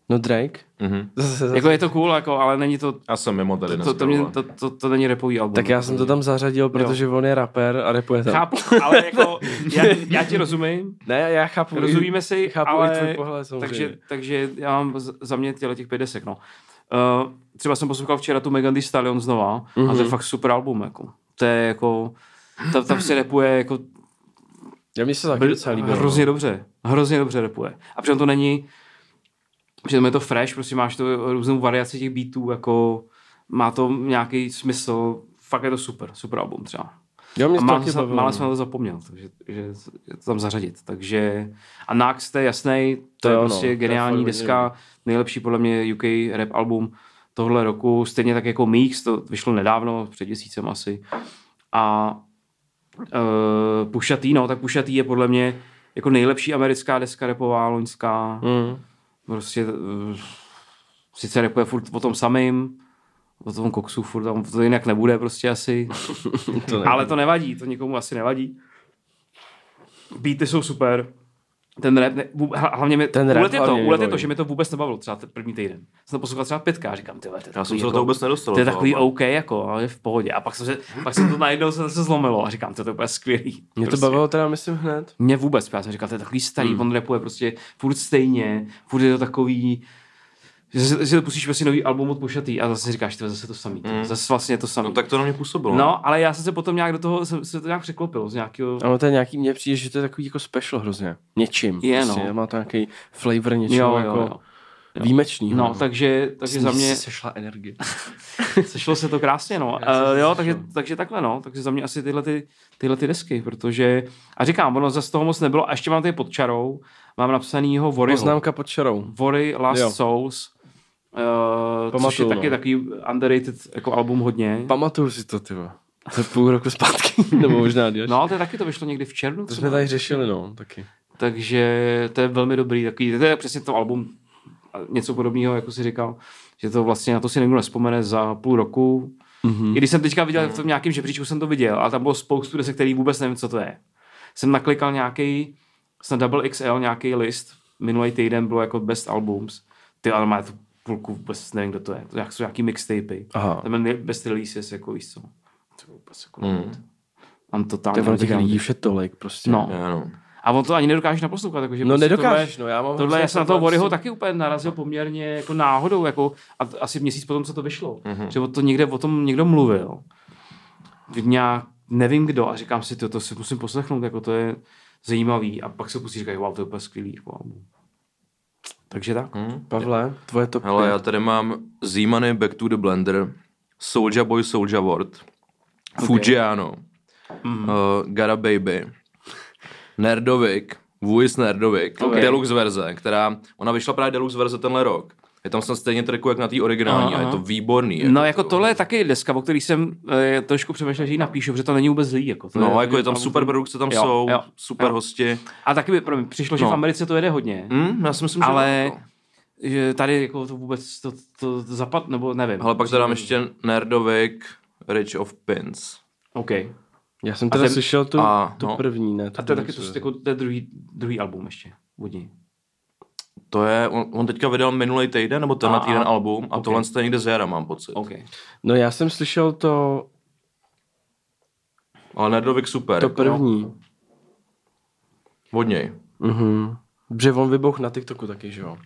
D: No Drake.
A: Mhm.
D: Zase, zase.
B: Jako je to cool, jako, ale není to,
A: Já jsem mimo tady
B: to, to, mě, to, to, to není repový album.
D: Tak já jsem to tam zařadil, protože on je rapper a repuje tam.
B: Chápu, ale jako, já, já ti rozumím,
D: Ne, já chápu. i-
B: rozumíme si,
D: chápu
B: ale...
D: i tvůj pohled samozřejmě.
B: takže, takže já mám z- za mě těle těch pět desek, no. Uh, třeba jsem poslouchal včera tu Megan Thee Stallion znova mm-hmm. a to je fakt super album, jako. To je jako, tam, tam se repuje jako
D: Já mi se taky docela líbilo. no.
B: hrozně dobře, hrozně dobře repuje. A přitom to není, přitom je to fresh, prostě máš to různou variaci těch beatů, jako má to nějaký smysl, fakt je to super, super album třeba.
D: Jo, mě
B: A
D: to
B: málo,
D: taky
B: jsem,
D: bavilo. no.
B: málo jsem na to zapomněl, takže že je to tam zařadit. Takže a Nax, to je jasný, to,
D: To
B: je
D: jo, no.
B: prostě
D: To je
B: geniální
D: fakt
B: deska, nejlepší podle mě UK rap album tohle roku, stejně tak jako Mix, to vyšlo nedávno, před měsícem asi. A uh, Pušatý, no, tak Pušatý je podle mě jako nejlepší americká deska repová, loňská
D: Mm.
B: prostě eh, sice repuje furt o tom samým, o tom koksu furt tam, to jinak nebude prostě asi,
D: To ne.
B: ale to nevadí, to nikomu asi nevadí. Beaty jsou super, ten rap, ne, vů- hla- hlavně mi,
D: Ten
B: ten
D: rap
B: úlet, je to,
D: hlavně mě
B: úlet je to,
D: baví.
B: že mi to vůbec nebavilo třeba ten první týden. Jsem to poslouchal třeba pětkrát, říkám, ty vole, to je
A: Já jsem
B: takový
A: se do toho vůbec nedostal.
B: jako- to je
A: do
B: takový
A: toho,
B: OK, jako, ale je v pohodě. A pak, jsem se, pak jsem to najednou se, se zlomilo a říkám, to je úplně skvělý.
D: Mě to
B: Prostě.
D: bavilo teda, myslím, hned.
B: Mě vůbec, já jsem říkal, to je takový starý, hmm. on rapuje prostě furt stejně, furt je to takový, že si, že pustíš prostě nový album od Pošatý a zase říkáš, ty zase to samý, hmm. zase vlastně to samý.
A: No tak to na mě působilo.
B: no, ale já jsem se potom nějak do toho, jsem se to nějak překlopil z nějakého,
D: Ano, to je nějaký, mně přijde, že to je takový jako special hrozně. Něčím.
B: Je,
D: Prostě,
B: no.
D: Má to nějaký flavor něčeho
B: jo, jo,
D: jako
B: jo.
D: výjimečný.
B: No, takže, takže za mě,
D: sešla energie.
B: sešlo se to krásně, no.
D: Já jsem
B: Uh,
D: se sešel.
B: jo, takže, takže takhle, no. Takže za mě asi tyhle, ty, tyhle ty desky, protože, a říkám, ono zase toho moc nebylo, a ještě mám tady pod čarou, mám napsanýho Voryho.
D: Poznámka pod čarou.
B: Vory Last
D: Jo.
B: jo. Souls, uh, což
D: Pamatuju,
B: je
D: no.
B: taky takový underrated jako album hodně.
D: Pamatuju si to, ty vole. za půl roku zpátky, nebo možná díl.
B: No ale to je taky to vyšlo někdy v červnu.
D: To
B: třeba.
D: jsme tady řešili, no, taky.
B: Takže to je velmi dobrý, takový, to je přesně to album, a něco podobného, jako si říkal, že to vlastně na to si někdo nespomene za půl roku.
D: Mhm.
B: Mm-hmm. I když jsem teďka viděl, v tom nějakém žebříčku jsem to viděl, a tam bylo spoustu desek, který vůbec nevím, co to je. Jsem naklikal nějaký, snad Double XL, nějaký list, minulý týden bylo jako Best Albums. Ty, ale má tu půlku, vůbec nevím, kdo to je. To nějak- jsou nějaký mixtapy.
D: Aha.
B: Tam je nej- Best Releases, jako víš co. To vůbec jako mm. Mám
D: Mhm. To
B: totálně
D: je ono těch
B: underground.
D: lidí už je tolik prostě.
B: No.
A: Já, no.
B: A on to ani nedokážeš naposlouchat. Jakože
D: No
B: prostě
D: nedokážeš, no, já mám
B: Tohle
D: hrozně
B: já jsem na toho
D: problém s
B: Voryho
D: tím.
B: taky úplně narazil poměrně jako náhodou, jako a t- asi měsíc potom, co to vyšlo. Mm-hmm. Že o to někde, o tom někdo mluvil. Nějak, nevím kdo, a říkám si, to, to si musím poslechnout, jako to je zajímavý. A pak se pustíš, říkají, wow, to je úplně skvělý. Jako album. Takže tak.
A: Hm?
D: Pavle, tvoje to
A: Hele, já tady mám Zímany Back to the Blender, Soulja Boy Soulja Ward, Fujiano,
B: Mhm.
A: mm. uh, Gara Baby, Nerdovik, Vuis Nerdovik, okay. Deluxe verze, která, ona vyšla právě Deluxe verze tenhle rok. Je tam snad stejně triku, jak na té originální
B: Aha,
A: a je to výborný.
B: No jako tohle je taky deska, o který jsem eh, trošku přemýšlel, že ji napíšu, protože to není vůbec zlý. Jako, to
A: No, jako je tam super produkce, tam
B: Jo,
A: jsou,
B: jo,
A: super
B: jo.
A: hosti.
B: A taky mi pro mě přišlo, že
A: No.
B: v Americe to jede hodně.
A: Hm, já si myslím, že
B: ale
A: jo. no.
B: že tady jako to vůbec to, to zapad, nebo nevím.
A: Hele, pak tady dám ještě Nerdovik, Rich of Pins.
B: OK.
D: Já jsem
B: A
D: teda
B: ten-
D: slyšel tu,
A: a,
D: tu
A: no.
D: první, ne?
B: A to je taky
D: druhou,
B: to,
D: co-
B: jako, to je druhý, druhý album ještě od něj.
A: To je, on, on teďka vydal minulý týden nebo tenhle
B: A- a-
A: týden album a
B: ok.
A: tohle je někde z jara, mám pocit.
B: OK.
D: No já jsem slyšel to,
A: Ale Nerdovik super,
D: to
B: no.
A: to...
D: první.
A: od něj.
D: Mhm. Že on vybuch na TikToku taky, že jo?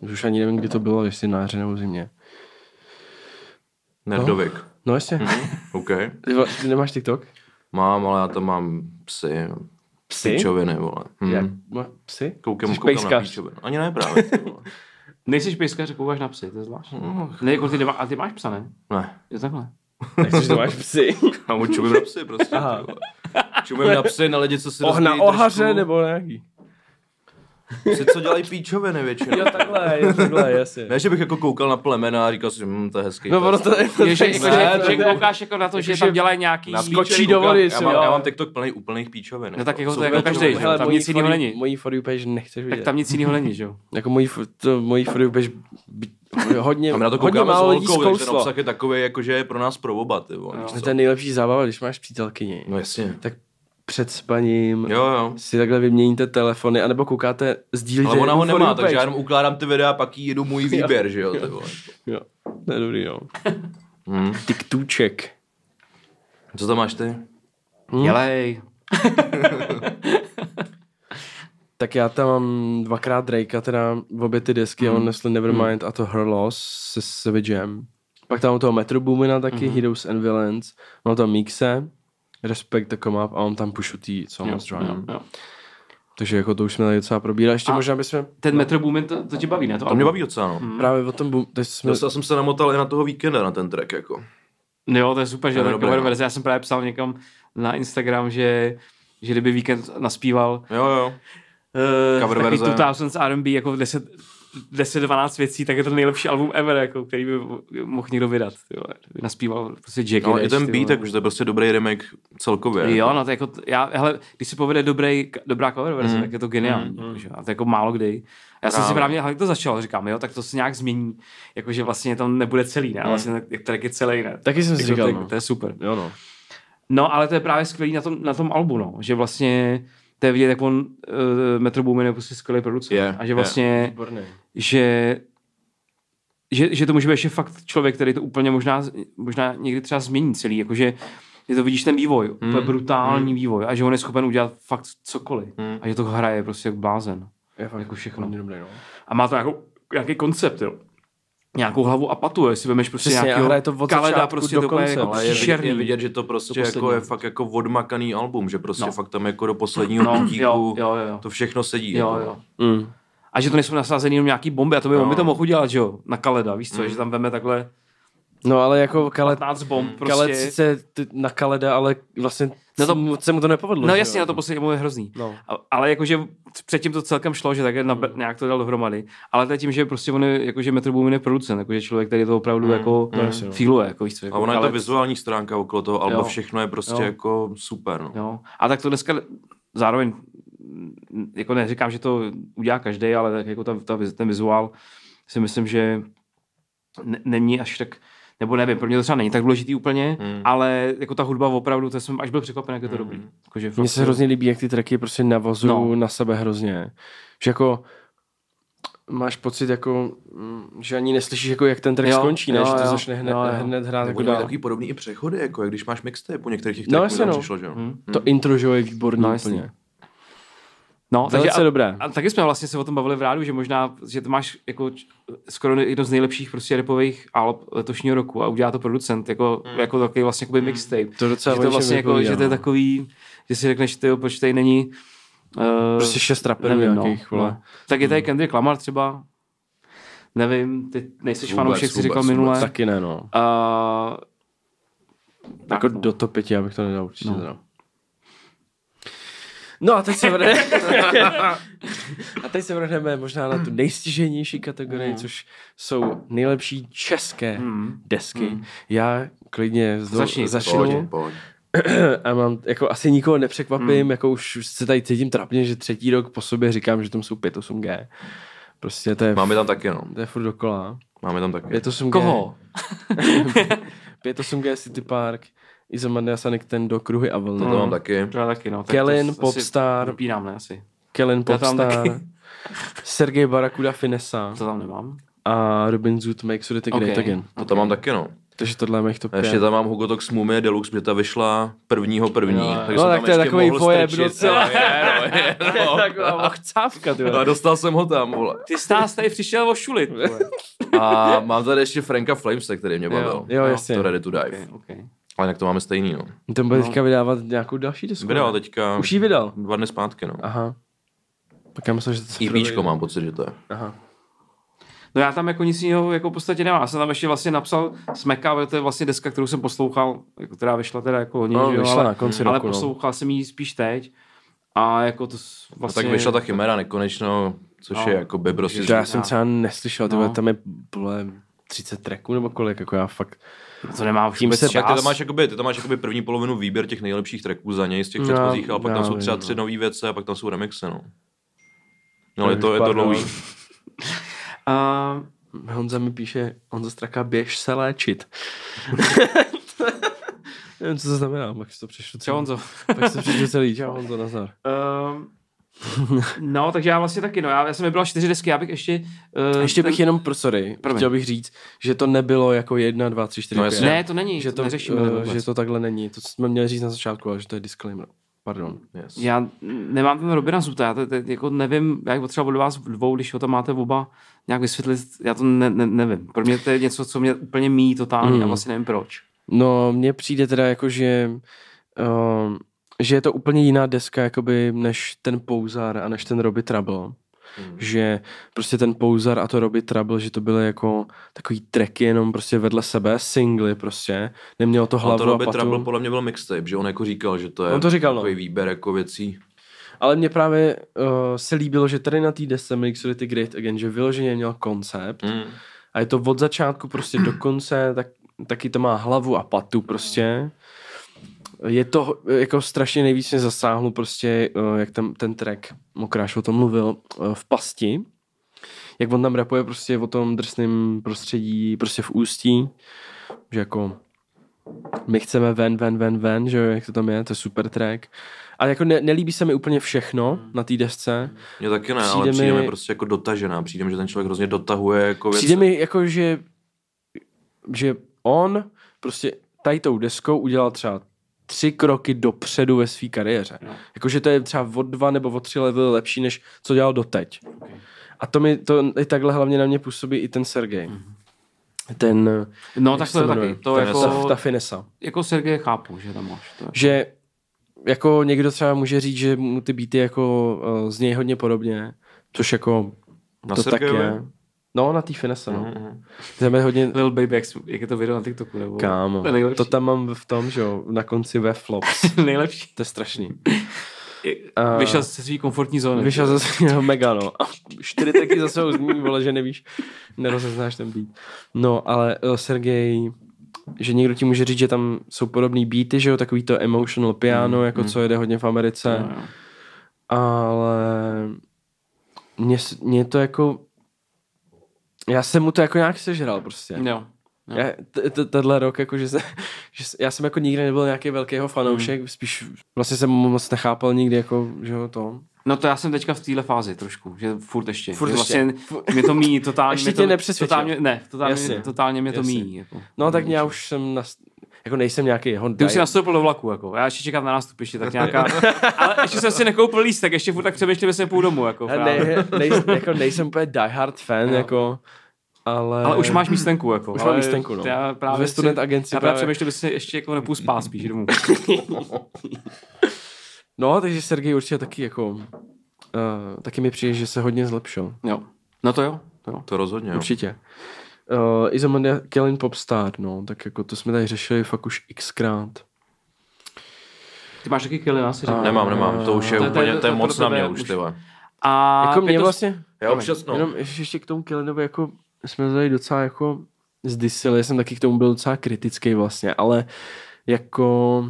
D: Už ani nevím, kdy to bylo, jestli na jaře nebo v zimě.
A: Nerdovik.
D: No jasně.
A: Mhm. Hm, OK.
D: Ty, vole, ty nemáš TikTok?
A: Mám, ale já tam mám psy.
D: Psy?
A: Pičoviny, vole. Hm.
D: Jak? Ma- Psy?
A: Koukám,
D: Jsi
A: koukám na
D: pejskař.
A: píčoviny. Ani ne právě. ty vole.
B: Nejsi pejskař, koukáš na psy, to je
A: Hm.
B: zvláštní. Ne, jako ty, nemá, a ty máš psa, ne?
A: ne.
B: Je takhle.
D: Nechceš, že máš psy?
A: A on čumím na psy prostě.
D: Aha.
A: ty vole. Čumím na psy, na lidi, co si
D: Oh, na
A: rozbíjí
D: ohaře
A: trošku.
D: nebo nějaký?
A: Psy, co dělají píčoviny většinou.
D: Jo, takhle, jo, takhle, jasně.
A: Ne, že bych jako koukal na plemena a říkal si, hm, to je hezký.
D: No,
A: pes."
D: ono to je...
B: Je, že, jako,
A: Ne,
B: že,
A: to
B: že
A: ne.
B: koukáš jako na to, že
D: Jakože
B: tam dělají nějaký...
A: Na
D: skočí
A: píčoviny
D: do vody,
A: koukám.
D: si
A: Já,
D: jo.
A: mám, já mám TikTok plný úplných píčovin.
B: No tak jako
A: Jsou
B: to je jako
A: většinou
B: každý, že?
A: úplně-
B: jo, tam
D: mojí
B: nic jinýho
D: for you-
B: není.
D: Mojí for you page nechceš vidět.
B: Tak tam nic jiného není, že jo?
D: Jako mojí, f- to, mojí for you page by- hodně,
A: A my na to
D: hodně
A: koukáme s
D: málo lidí
A: holkou, takže ten
D: zkouslo.
A: obsah je takový, jako že je pro nás pro oba, ty vole. víš
D: No,
A: co?
D: to je nejlepší zábava, když máš přítelkyni.
A: No jasně.
D: Tak před spaním
A: Jo, jo.
D: si takhle vyměníte telefony, anebo koukáte, sdílíte.
A: Ale ona
D: jednu
A: ho
D: for you
A: nemá, takže
D: page.
A: já jenom ukládám ty videa a pak jí jedu můj výběr, že jo, ty vole.
D: Jo, to je dobrý, jo.
A: Hm.
D: TikTůček.
A: Co tam máš ty? Hm.
B: Dělej.
D: Tak já tam mám dvakrát Drakea, teda obě ty desky,
A: Hmm.
D: mm. Honestly Nevermind a to Her Loss se Savagem. Pak tam mám toho Metro Boomina taky,
A: Hmm.
D: mm. Heroes and Villains, mám tam Mixe, Respect the Come Up a mám tam Pushu T, co mám
B: Jo,
A: Hmm.
B: jo, jo.
D: Takže jako to už jsme tady docela probírali, ještě
B: A-
D: a... možná bychom
B: Ten Metro Boomin, to, to tě baví, ne? To,
A: No. To
B: album?
A: mě baví docela, no.
D: mm. právě o tom boom, teď jsme...
A: Dostal jsem se namotal i na toho víkenda, na ten track, jako.
B: Jo, to je super, že
A: To je
B: to
A: dobré,
B: cover
A: no.
B: verze. Já jsem právě psal někam na Instagram, že, že kdyby víkend naspíval
A: Jo, jo.
B: Eh,
A: Cover
B: takový
A: verze.
B: 2000s R&B, jako 10, 10, 12 věcí, tak je to nejlepší album ever, jako, který by mohl někdo vydat. Ty vole. Naspíval prostě Jack
A: No, i ten beat, jakože to je prostě dobrý remake celkově.
B: Jo, no to jako, t- já, hele, když se povede dobrý, dobrá cover verze, mm. tak je to geniální, mm. jakože, a to jako málo kdy. Já jsem si
A: Právě.
B: právě, hele, jak to začal, říkám, jo, tak to se nějak změní, jakože vlastně to nebude celý,
A: Mm.
B: ne, vlastně ten track je celý, ne.
D: Taky jsem si
B: Jako,
D: říkal,
B: to,
D: no.
B: je- to je super.
D: Jo no.
B: No, ale to je právě skvělý na tom, na tom albu, no. že vlastně to je vidět, jak on uh, Metro Boomin je prostě skvělý producent.
A: Je,
B: a
A: je.
B: že vlastně,
D: Výborný.
B: že, že, že to může být ještě fakt člověk, který to úplně možná, možná někdy třeba změní celý, jakože je to vidíš ten vývoj, mm. úplně brutální mm. vývoj a že on je schopen udělat fakt cokoliv mm. a že to hraje prostě jak blázen.
D: Je fakt
B: Jako
D: jako
B: všechno.
D: všechno. Dobrý, no.
B: A má to nějakou, nějaký koncept, jo. Nějakou hlavu a patu, jestli vemeš prostě
D: Přesně, a
B: nějakého
D: hraje to od
B: kaleda,
D: začátku
B: prostě
D: do
B: to úplně
D: konce,
B: jako
A: Ale je vidět,
B: příšerný.
A: je vidět, že to prostě
D: To poslední.
A: jako je fakt jako odmakaný album, že prostě
B: No.
A: fakt tam jako do posledního
B: No,
A: puntíku
B: jo, jo, jo.
A: to všechno sedí.
B: Jo,
A: jako.
B: jo.
D: Mm.
B: A že to nejsou nasazený jenom nějaký bomby, a to by
A: No.
B: no. by to mohl udělat, že jo, na Kaleda, víš co, mm. že tam veme takhle
D: No ale jako Kale,
B: 15 bomb
D: prostě... Kale
B: prostě.
D: sice t- na Kaleda, ale vlastně
B: No
D: no
B: to-
D: to... mu, se mu to nepovedlo.
B: No
D: že
B: jasně,
D: jo?
B: na to poslední mu je hrozný.
D: No.
B: A- Ale jakože předtím to celkem šlo, že také na, nějak to dal dohromady. Ale to je tím, že prostě on je, jakože Metro Boomin je producent, jakože člověk, který to opravdu jako
D: jasně, no.
B: fíluje, jako víš co.
A: A
B: Jako
A: ona je ta
B: Khaled.
A: vizuální stránka okolo toho alba,
B: Jo.
A: všechno je prostě
B: Jo.
A: jako super. No.
B: Jo. A tak to dneska zároveň, mm, jako neříkám, že to udělá každý, ale tak jako ta, ta, viz- ten vizuál si myslím, že ne, není až tak, nebo nevím, pro mě to třeba není tak důležitý úplně,
A: Hmm.
B: ale jako ta hudba opravdu, to jsem až byl překvapen, jak je to dobrý. Jakože
D: Mně
B: fakt-
D: se hrozně líbí, jak ty tracky prostě navazují
B: No.
D: no. na sebe hrozně. Že jako máš pocit jako, mm, že ani neslyšíš jako jak ten track
B: Jo,
D: skončí, ne?
B: jo,
D: že to
B: jo.
D: začne hned,
B: Jo, jo.
D: hned hrát
A: Nebo
D: jako
A: mají
D: dál.
A: takový podobný i přechody, jako jak když máš mixtape, u některých těch
D: No,
A: tracků
D: jasně,
A: tam
D: no.
A: přišlo, že jo.
B: Hmm.
D: To intro, že jo, je výborný
B: No,
D: no,
B: jasně.
D: úplně.
B: No, takže
D: Velice
B: a,
D: dobré.
B: a taky jsme vlastně se o tom bavili v rádu, že možná, že to máš jako č- skoro jedno z nejlepších prostě repových alb letošního roku a udělá to producent jako, mm. jako takový vlastně jakoby mixtape.
D: To docela
B: že
D: o
B: to
D: něčem
B: vlastně jako,
D: vypovídá,
B: že to je
D: no.
B: takový, že si řekneš, ty proč tady není uh,
D: Prostě šest raperů nějakých, vole.
B: no.
D: Hmm.
B: Tak je tady Kendrick Lamar třeba, nevím, ty nejseš
A: Vůbec,
B: fanoušek, si
A: vůbec,
B: říkal
A: vůbec.
B: minule.
D: Taky ne, no.
B: Uh, tak,
D: Jako
B: no.
D: do top pěti, abych to nedal určitě. No. No a teď se vrhneme, a teď se vrhneme možná na tu nejstěženější kategorii, což jsou nejlepší české desky. Já klidně zdo-
B: Začni,
A: Pojď,
D: začnu
A: pojď.
D: a mám, jako asi nikoho nepřekvapím, jako už se tady cítím trapně, že třetí rok po sobě říkám, že tam jsou 5-8G. Prostě to je,
A: Máme tam taky, no.
D: to je furt dokola.
A: Máme tam taky.
D: 5-8G.
B: Koho?
D: 5-8G City Park, Izomandia Sonic ten do kruhy a vlny.
A: To mám taky.
B: Třeba taky, no. Tak
D: Kellen,
B: to asi
D: Popstar.
B: Vypínám, ne, asi.
D: Kellen
B: Já tam
D: Popstar,
B: taky.
D: Sergej Barakuda Finesa
B: To tam nemám.
D: a Robin Zoot Makes It
B: Ok.
D: Great Again.
A: To tam mám taky, no.
D: Takže tohle je mých top
A: A ještě
D: 5.
A: tam mám Hugo Tox Mumie Deluxe, protože ta vyšla prvního první.
B: Jo, jo.
A: takže
D: No,
A: jsem
D: tak
A: tam
D: to je
A: ještě
D: takový
A: mohl
D: pojeb
A: strčit.
B: prostě.
D: docela.
A: Jo, je, no, je, no.
D: Taková chcávka, ty
A: A dostal jsem ho tam, vole.
B: Ty jsi nás tady přišel o šulit.
A: A mám tady ještě Franka Flamese, který mě bavil.
D: jo, jasně.
A: To Ready to Dive.
B: okay, okay.
A: Ale jinak to máme stejný, no.
D: Ten bude teďka vydávat nějakou další desku.
A: Vydal
D: ne?
A: teďka
D: Už ji vydal.
A: dva dny zpátky, no.
D: Aha. Tak já myslel, že to
A: IPčko mám pocit, že to je.
D: Aha.
B: No já tam jako nic jiného jako v podstatě nemám. Já jsem tam ještě vlastně napsal Smeka, ale to je vlastně deska, kterou jsem poslouchal, jako, která vyšla teda jako hodně,
D: No,
B: že jo,
D: vyšla
B: ale,
D: na konci
B: ale
D: roku, no.
B: poslouchal jsem ji spíš teď. A jako to s-
A: No,
B: vlastně...
A: tak vyšla ta Chimera nekonečno, což
B: No.
A: je jako by prostě...
D: To já jsem třeba neslyšel, ty
B: No.
D: vole, tam je vole, 30 tracků nebo kolik, jako já fakt.
B: To nemá už
D: Tím
B: vůbec
D: se
A: Tak ty
B: čas.
A: tam máš, jakoby, ty tam máš jakoby první polovinu výběr těch nejlepších tracků za něj z těch
D: No,
A: předchozích, ale pak
D: já
A: tam jsou
D: vím,
A: třeba
D: no.
A: tři nové věci a pak tam jsou remixy, no.
D: To
A: No, ale
D: je
A: to, je to
D: pardon.
A: dlouhý.
B: A,
D: Honza mi píše, Honza Straka, běž se léčit. Nevím, co to znamená, pak si to přečtu.
B: Čau,
D: celý.
B: Honzo.
D: Pak si to přečtu celý. Čau, Honzo, nazar.
B: Ehm, no, takže já vlastně taky, no. Já, já jsem vybral čtyři desky, já bych ještě... Uh,
D: Ještě bych jenom, pro, sorry,
B: Promiň.
D: chtěl bych říct, že to nebylo jako 1, 2, 3, 4,
A: No
D: 5.
A: jasně.
B: Ne, to není,
D: že
B: to
D: to,
B: neřešíme
D: eh,
B: vůbec.
D: že to takhle není. To co jsme měli říct na začátku, ale že to je disclaimer. Pardon.
A: Yes.
B: Já nemám ten Robina Zuta, já to, to, jako nevím, já potřeba od vás dvou, když ho tam máte oba nějak vysvětlit, já to ne, ne, nevím. Pro mě to je něco, co mě úplně míjí totálně
D: Hmm.
B: mm. a vlastně nevím proč.
D: No, mně přijde teda jako, že, uh, že je to úplně jiná deska, jakoby, než ten Pouzar a než ten Robbie Trouble. Mm. Že prostě ten Pouzar a to Robbie Trouble, že to byly jako takový tracky jenom prostě vedle sebe, singly prostě. Nemělo to
A: Ale to
D: hlavu a
A: Robbie
D: patu.
A: Trouble podle mě byl mixtape, že on jako říkal, že to je
D: On to říkal, no.
A: takový výběr jako věcí.
D: Ale mně právě uh, se líbilo, že tady na té desce Make Solity Great Again, že vyloženě měl koncept mm.
A: Hmm.
D: a je to od začátku prostě do konce, tak, taky to má hlavu a patu prostě. Je to eh, jako strašně nejvíc mě zasáhlo prostě, eh, jak tam ten track, Mokráš o tom mluvil, eh, v pasti, jak on tam rapuje prostě o tom drsném prostředí, prostě v ústí, že jako my chceme ven, ven, ven, ven, že jo, jak to tam je, to je super track. A jako ne, nelíbí se mi úplně všechno na té desce.
A: Mně taky ne,
D: Přijde
A: ale přijde mi
D: mi-
A: prostě jako dotažená. Přijde mi, že ten člověk hrozně dotahuje jako věci.
D: Přijde mi jako, že, že on prostě tady tou deskou udělal třeba tři kroky dopředu ve své kariéře.
B: No.
D: Jakože to je třeba o dva nebo o tři levely lepší, než co dělal doteď. A to mi, to i takhle hlavně na mě působí i ten Sergej. Ten,
B: Mhm.
D: eh,
B: No,
D: jak
B: tak
D: se
B: to je
D: jmenuje?
B: taky. To
A: Ten
B: jako,
D: ta finesa.
B: jako Sergej chápu, že tam máš. To je.
D: že jako někdo třeba může říct, že mu eh, ty beaty jako uh, znějí hodně podobně, což jako
A: Na
D: to tak
A: Sergejovi?
D: je. No, na té finese,
B: Mhm.
D: no.
A: Mhm,
D: Tam je hodně...
B: Lil Baby, jak, jsi- jak je to video na TikToku, nebo?
D: Kámo,
B: To je nejlepší.
D: to tam mám v tom, že jo, na konci ve flops.
B: nejlepší.
D: To je strašný.
B: Uh, vyšel ze své komfortní zóny.
D: Eh, Vyšel zase jeho mega, no. A čtyři taky zase ho zní, vole, že nevíš, nerozeznáš ten beat. No, ale uh, Sergej, že někdo ti může říct, že tam jsou podobný beaty, že jo, takový to emotional piano, mm, jako mm. co jede hodně v Americe,
B: No, jo.
D: ale mě, s- mě to jako, já jsem mu to jako nějak sežral prostě.
B: Jo.
D: Já, t- t- tenhle rok, jako, že, se, že se, já jsem jako nikdy nebyl nějaký velký jeho fanoušek,
B: Mm.
D: spíš vlastně jsem mu moc nechápal nikdy, jako, že jo, to.
B: No to já jsem teďka v téhle fázi trošku, že furt ještě.
D: Furt
B: Furt
D: ještě.
B: vlastně mě to míjí, totálně.
D: Ještě
B: mě to,
D: tě nepřesvědčil.
B: Totálně, ne, totálně,
D: Jasně.
B: totálně mě to
D: Jasně.
B: míjí. Jako.
D: No tak já už jsem, nas, jako nejsem nějaký jeho
B: Ty už si
D: diet-
B: nastoupil do vlaku, jako. Já ještě čekám na nástupiště, tak nějaká... Ale ještě jsem si nekoupil lístek, ještě furt tak přemýšlím, jestli půl domů, jako.
D: Ne,
B: právě.
D: ne, nej, jako nejsem úplně diehard fan, jako, ale...
B: Ale už máš místenku, jako.
D: Už
B: ale
D: mám místenku, no.
B: Já právě
D: Ve
B: si-
D: student agenci
B: Já právě
D: právě-
B: přemýšlím, jestli ještě jako nepůl spát spíš domů.
D: No, takže Sergej určitě taky, jako, uh, taky mi přijde, že se hodně zlepšil.
B: Jo. No to jo, to jo.
A: To rozhodně, jo.
D: Určitě. Uh, Izomondia Killing Popstar, no, tak jako to jsme tady řešili fakt už xkrát.
B: Ty máš taky kilina, si říkal.
A: Nemám, nemám, to už je
B: To je- to je-
A: úplně, to je
B: to
A: moc
B: pro
A: na
B: tebe
A: mě už,
B: už-
A: ty vole.
B: A
D: Jako mě
B: Pětos-
D: vlastně,
A: Já občas,
D: no.
A: no.
D: jenom ještě ještě k tomu Killinovi, jako jsme tady docela jako zdysili, já jsem taky k tomu byl docela kritický vlastně, ale jako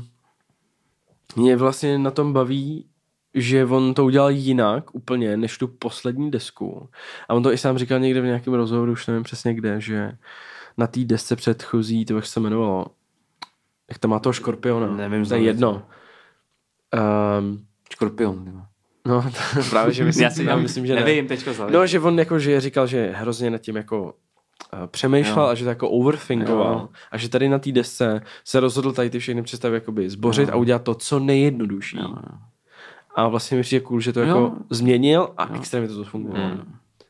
D: mě vlastně na tom baví, že on to udělal jinak úplně než tu poslední desku. A on to i sám říkal někde v nějakém rozhovoru, už nevím přesně kde, že na té desce předchozí, to jak se to jmenovalo, jak tam má toho škorpiona.
B: Nevím,
D: to je
B: znamená.
D: jedno. Um,
B: Škorpion. ty vole.
D: no, právě, že myslím,
B: Já si
D: já myslím, že ne.
B: nevím, teďko zavím.
D: No, že on jako, že říkal, že hrozně nad tím jako eh, přemýšlel
B: Jo.
D: a že to jako overthinkoval
B: Jo.
D: a že tady na té desce se rozhodl tady ty všechny představy jakoby zbořit
B: Jo.
D: a udělat to co nejjednodušší. A vlastně mi přijde cool, že to jako
B: Jo. Hmm.
D: změnil a extrémně to zfungovalo.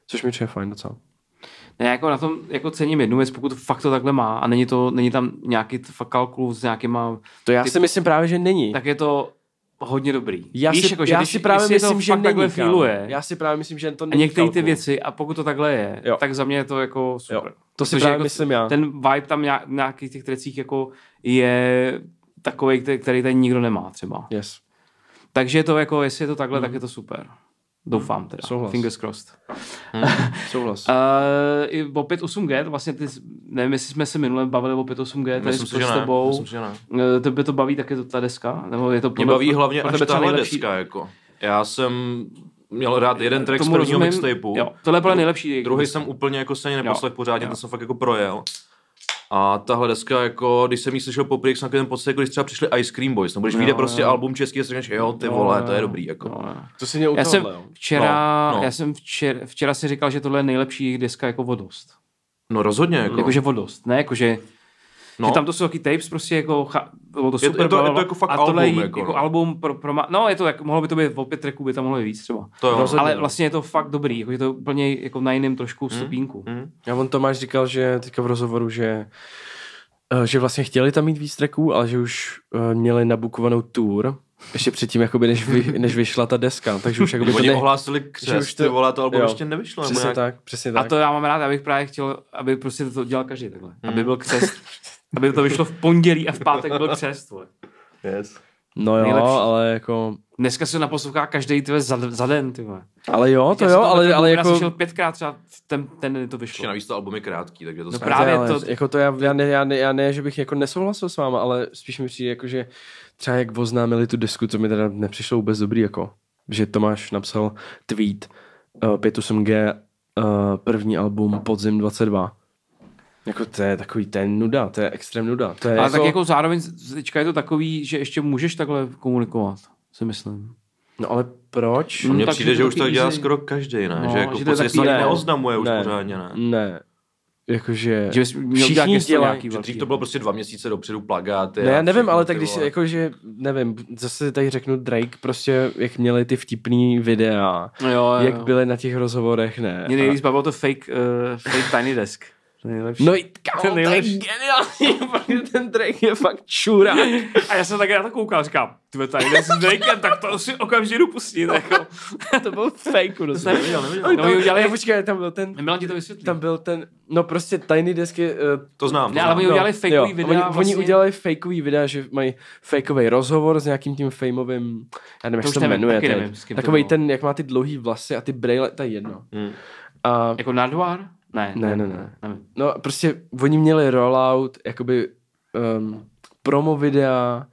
D: Což mi přijde fajn docela.
B: Ne, jako na tom jako cením jednu věc, pokud fakt to takhle má a není, to, není tam nějaký t- fakt kalkul s nějakýma,
D: To já
B: Ty-
D: si myslím právě, že není.
B: tak je to hodně dobrý.
D: já
B: Víš,
D: si,
B: jako, že
D: já
B: když,
D: si právě
B: jestli je to
D: myslím, že
B: fakt takhle
D: není. kámo.
B: fíluje,
D: Já si právě myslím, že to
B: a
D: není.
B: některé ty
D: kalkul.
B: věci, a pokud to takhle je,
D: Jo.
B: jo. tak za mě je to jako super.
D: Jo. To si
B: Protože
D: právě myslím já.
B: Ten vibe tam nějak, nějakých těch trecích jako je takový, který, který tady nikdo nemá třeba.
D: Yes.
B: Takže je to jako, jestli je to takhle, tak je to super. Doufám teda.
D: Mhm. Souhlas.
B: Fingers crossed.
D: Souhlas.
B: Uh, I o 5.8G, to vlastně ty, nevím, jestli jsme se minule bavili o 5.8G, tady
A: Myslím
B: s
A: si, že
B: s
A: ne.
B: tebou.
A: Myslím, že ne.
B: Eh, Tebe to baví taky to, ta deska? Nebo je to
A: Mě
B: podle-
A: baví hlavně
B: pro
A: až
B: tebe třeba
A: tahle
B: nejlepší-
A: deska, jako. Já jsem měl rád jeden track z prvního
B: rozumím.
A: mixtapeu.
B: Jo, tohle je podle nejlepší.
A: Druhý jsem úplně jako se ani neposlech
B: Jo.
A: pořádně,
B: Jo.
A: ten jsem fakt jako projel. A tahle deska, jako, když jsem ji slyšel poprvé, jsem takový ten pocit, jako když třeba přišli Ice Cream Boys, nebo když
B: No,
A: vyjde prostě
B: jo.
A: album český, tak si říkáš, jo, ty vole, to je dobrý, jako.
B: No, no.
D: To si mě u
B: Já jsem
D: tohohle, jo.
B: včera,
A: No,
B: no,
A: no.
B: no. já jsem včera, včera si říkal, že tohle je nejlepší deska jako vodost.
A: No rozhodně, jako.
B: Jakože vodost, ne jakože... No.
A: No.
B: Že tam to jsou taky tapes, prostě jako, cha- bylo to
A: Je to-
B: super.
A: je to- je to
B: blablabla.
A: jako fakt
B: a tohle
A: album,
B: je jako,
A: jako,
B: jako
A: no.
B: album pro, pro, ma- no je to, jako, mohlo by to být o pět tracků, by tam mohlo být víc třeba.
A: To jo. no.
D: Rozhodně.
B: Ale vlastně je to fakt dobrý, jako je to úplně jako na jiném trošku stupínku. Hmm.
D: Já on Tomáš říkal, že teďka v rozhovoru, že eh, že vlastně chtěli tam mít víc tracků, ale že už eh, měli nabukovanou tour ještě předtím, jakoby, než, vy, než vyšla ta deska, takže už jakoby to
A: Oni
D: ne...
A: ohlásili
D: že už
A: křest, ty vole, to album
D: jo.
A: ještě nevyšlo. nebo
D: Přesně
A: nějak-
D: tak, přesně
B: A
D: tak.
B: to já mám rád, abych právě chtěl, aby prostě to dělal každý takhle. Hmm. Aby byl křest. aby to vyšlo v pondělí a v pátek byl křest. Vole.
A: Yes.
D: No jo,
B: nejlepší.
D: ale jako...
B: Dneska se naposlouchá každý tyhle za, za den. Ty vole.
D: Ale jo, No to
B: Já jsem
D: jo,
B: na tom
D: ale, ale
B: Boomeru asi šel
D: jako...
B: pětkrát třeba v ten, ten den to
A: Ještě
B: vyšlo.
A: navíc to album je krátký, takže to
B: No
A: se-
B: právě.
D: ale,
B: to-
D: Jako to já, já, ne, já, ne, já ne, že bych jako nesouhlasil s váma, ale spíš mi přijde jako, že třeba jak oznámili tu desku, to mi teda nepřišlo vůbec dobrý, jako. Že Tomáš napsal tweet uh, 58G uh, první album Podzim 22. Jako to je takový, to je nuda, to je extrém nuda. To je
B: Ale
D: jako,
B: tak jako zároveň z- teďka je to takový, že ještě můžeš takhle komunikovat, si myslím.
D: No ale proč?
B: No,
A: Mně
B: tak
A: přijde,
B: je to
A: že už
B: takový
A: to dělá
B: easy.
A: skoro každý, ne?
B: No,
A: Že jako
B: že
A: v
B: to je
A: podstatě se
B: takový-
A: ani
B: ne.
A: neoznamuje už pořádně, ne?
D: Ne. Jakože
B: Že bys měl dělat gesto nějaký
A: Že
B: velký.
A: dřív to bylo prostě dva měsíce dopředu plagáty.
D: Ne,
A: a
D: já nevím,
A: všechno,
D: ale
A: ty
D: tak když si,
A: vole.
D: jako, že, nevím, zase tady řeknu Drake, prostě, jak měli ty vtipný videa,
B: No jo, jo,
D: jak
B: jo.
D: byly na těch rozhovorech, ne.
B: Mě
D: A-
B: nejvíc bavilo to eh, fake, uh, fake Tiny Desk. Nejlepší.
D: No i kámo,
B: To je
D: to je
B: nejlepší.
D: geniální, protože ten track je fakt čurák.
B: A já jsem tak na to koukal, říkám, ty vole, tady jde s Drakem, tak to si okamžitě jdu pustit. Jako.
D: to byl fake. To
B: jsem neviděl, neviděl.
D: Oni
B: No,
D: tam,
B: jo, udělali-
D: ne, počkej, tam byl ten,
B: Milan ti to vysvětlí.
D: tam byl ten, no prostě Tiny Desk je, eh,
A: To znám. To
B: Ne, ale
A: znám.
B: oni udělali fakeový videa.
D: Oni,
B: vlastně.
D: oni udělali fakeový videa, že mají fakeový rozhovor s nějakým tím fameovým, já nevím, jak
B: To už
D: se to
B: nevím,
D: jmenuje.
B: taky
D: teď.
B: nevím, s kým to
D: Takovej
B: bylo.
D: ten, jak má ty dlouhý vlasy a ty brejle, to je jedno.
A: Hmm.
D: A,
B: Jako Nardwar? Ne,
D: Ne, ne, ne.
B: nevím.
D: no prostě oni měli rollout, jakoby um, promo videa,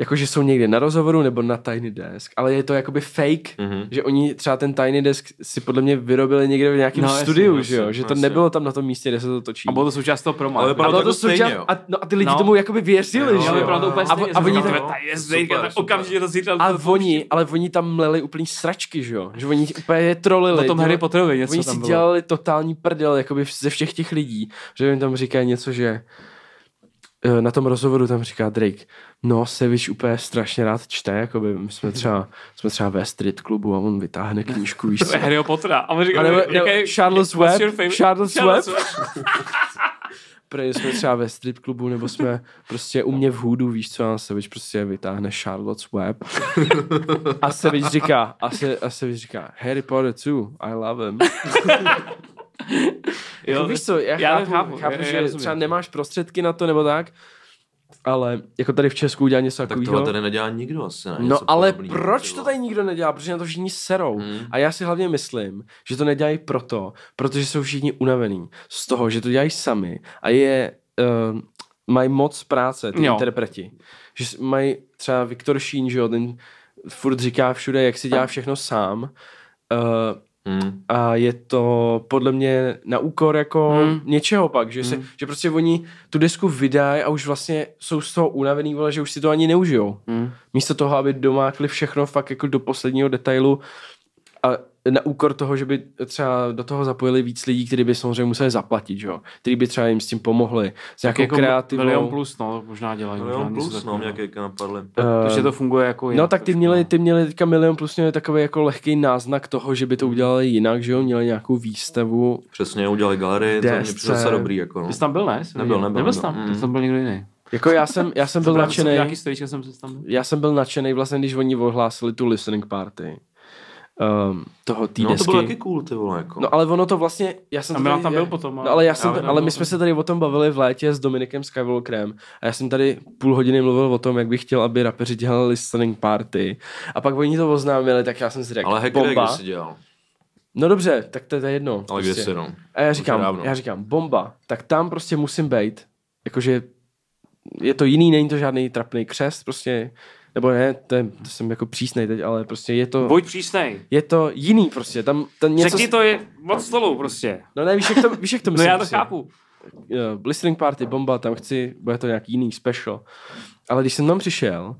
D: jakože jsou někde na rozhovoru nebo na Tiny Desk, ale je to jakoby fake,
B: Hmm.
A: Mhm.
D: že oni třeba ten Tiny Desk si podle mě vyrobili někde v nějakém
B: No, jasně,
D: studiu, že
A: jasně,
D: jo, že to
A: jasně.
D: nebylo tam na tom místě, kde se to točí.
B: A bylo to součást toho promo.
A: Ale
B: jako.
A: vypadalo
D: a
A: to
D: bylo to
A: jako stejně,
D: součást,
A: jo.
D: a, no, a ty lidi
B: No.
D: tomu jakoby věřili,
A: Jo,
D: že
B: Jo,
A: jo,
B: vypadalo to úplně
A: A
B: stejně,
D: a
B: jsem
D: oni
B: říkal,
D: tam-
B: "Tyhle, ta je
A: Super,
B: zdejka, tak
A: super.
B: okamžitě to zítra.
D: A oni, ale oni tam mleli úplný sračky, že jo? Že oni úplně je trolili.
B: O tom
D: Ty
B: Harry
D: vole-
B: Potterovi něco
D: Oni
B: tam
D: si
B: bylo.
D: dělali totální prdel, jakoby v- ze všech těch lidí. Že jim tam říkají něco, že eh, na tom rozhovoru tam říká Drake, no Sevič úplně strašně rád čte, jakoby my jsme třeba, jsme třeba ve street klubu a on vytáhne knížku, víš
B: To
D: co?
B: je Harryho Pottera. A on říká,
D: A nebo-
B: jaké-
D: nebo
B: jaké-
D: Charles
B: what's
D: Webb,
B: your favorite-
D: Charles Webb.
B: Webb.
D: Prej, jsme třeba ve strip klubu, nebo jsme prostě u mě v hůdu, víš co, a Sevič prostě vytáhne Charlotte's Web. A Sevič říká, a, se, a Sevič říká, Harry Potter 2, I love him. Jo,
B: Jo,
D: jako, víš co, já,
B: já
D: já chápu,
B: chápu,
D: chápu,
B: já-
D: chápu
B: já
D: že
B: rozumím.
D: třeba nemáš prostředky na to, nebo tak, ale jako tady v Česku udělá něco
A: Tak tohle
D: takového.
A: tady nedělá nikdo asi. Ne?
D: No
A: Něco
D: ale
A: podobného,
D: proč
A: ty
D: to
A: vole.
D: tady nikdo nedělá? Protože na to všichni serou.
A: Hmm.
D: A já si hlavně myslím, že to nedělají proto, protože jsou všichni unavení z toho, že to dělají sami a je, uh, mají moc práce ty
B: Jo.
D: jo. interpreti. Že s- mají třeba Viktor Šín, že jo, ten furt říká všude, jak si dělá všechno sám. Uh,
A: Hmm.
D: a je to podle mě na úkor jako
B: Hmm.
D: hmm. něčeho pak, že, se, že prostě oni tu desku vydají a už vlastně jsou z toho unavený, vole, že už si to ani neužijou.
B: Hmm.
D: Místo toho, aby domákli všechno fakt jako do posledního detailu a na úkor toho, že by třeba do toho zapojili víc lidí, kteří by samozřejmě museli zaplatit, že jo? Který by třeba jim s tím pomohli. S nějakou
B: Jako
D: kreativou...
B: Milion plus, no, možná dělají.
A: Milion
B: možná něco
A: plus, no,
B: takového.
A: nějaké napadly.
D: eh,
B: Takže to funguje jako
D: No
B: jinak
D: tak ty
B: trošku,
D: měli,
B: no.
D: ty měli teďka milion plus měli takový jako lehký náznak toho, že by to udělali jinak, že jo? Měli nějakou výstavu
A: Přesně, udělali galerii, to mě
D: Desce.
A: přišlo docela dobrý. Jako, no.
B: Ty jsi tam byl, ne? Jsem
A: Nebyl,
B: viděl.
A: nebyl,
B: Nebyl jsi
A: nebyl.
B: tam,
A: Mm.
B: ty jsi tam byl někdo jiný.
D: Jako já jsem, já jsem Hmm. byl
B: Právě jsem
D: nadšený,
B: Nějaký stojíčka jsem si tam byl.
D: já jsem byl nadšený vlastně, když oni ohlásili tu listening party um, toho té
A: No to
D: desky.
A: bylo taky cool, ty vole, jako.
D: No ale ono to vlastně, já jsem
B: A
D: to
B: Milan
D: tady-
B: tam byl
D: já-
B: potom, ale-
D: No ale, já jsem,
B: Já tam
D: ale
B: byl
D: my jsme
B: potom.
D: se tady o tom bavili v létě s Dominikem Skywalkerem a já jsem tady půl hodiny mluvil o tom, jak bych chtěl, aby rapeři dělali listening party a pak oni to oznámili, tak já jsem si řekl,
A: ale hacker,
D: bomba. Prostě.
A: kde jsi dělal?
D: No dobře, tak to, to je jedno.
A: Ale kde jsi, no?
D: A já
A: Už
D: říkám,
A: dávno.
D: já říkám, bomba, tak tam prostě musím být. Jakože je to jiný, není to žádný trapný křest, prostě, nebo ne, to, je, to jsem jako přísnej teď, ale prostě je to,
B: Buď přísnej.
D: je to jiný prostě, tam, tam něco...
B: Řekni to je od stolu prostě.
D: No ne, víš, jak to, víš, jak to
B: No
D: myslím.
B: já to
D: prostě.
B: chápu.
D: Eh, listening party, bomba, tam chci, bude to nějaký jiný special. Ale když jsem tam přišel,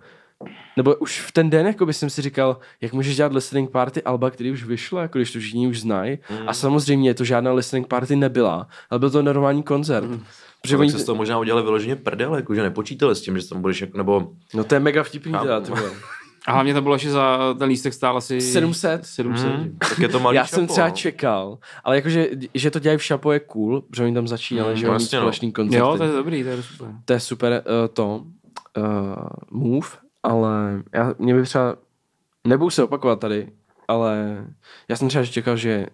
D: nebo už v ten den, jako jsem si říkal, jak můžeš dělat listening party Alba, který už vyšlo, jako když to všichni už znají. Mm. A samozřejmě to žádná listening party nebyla, ale byl to normální koncert. Mm. Protože
A: Že tak
D: oni,
A: se z toho možná udělali vyloženě prdel, jako, že nepočítali s tím, že tam budeš, jako, nebo
D: No to je mega vtipný
A: Chápu.
D: teda, ty vole.
B: A hlavně to bylo, že za ten lístek stál asi...
D: 700.
B: 700. že?
A: tak je to malý
D: Mm. Já jsem
A: šapo,
D: třeba
A: no.
D: čekal, ale jakože, že to dělají v Šapo je cool, protože oni tam začínali,
A: Mm,
D: že oni
A: vlastně no.
D: společný koncert.
B: Jo, to je dobrý, to je super.
D: to je super uh, to uh, move, ale já, mě by třeba, nebudu se opakovat tady, ale já jsem třeba čekal, že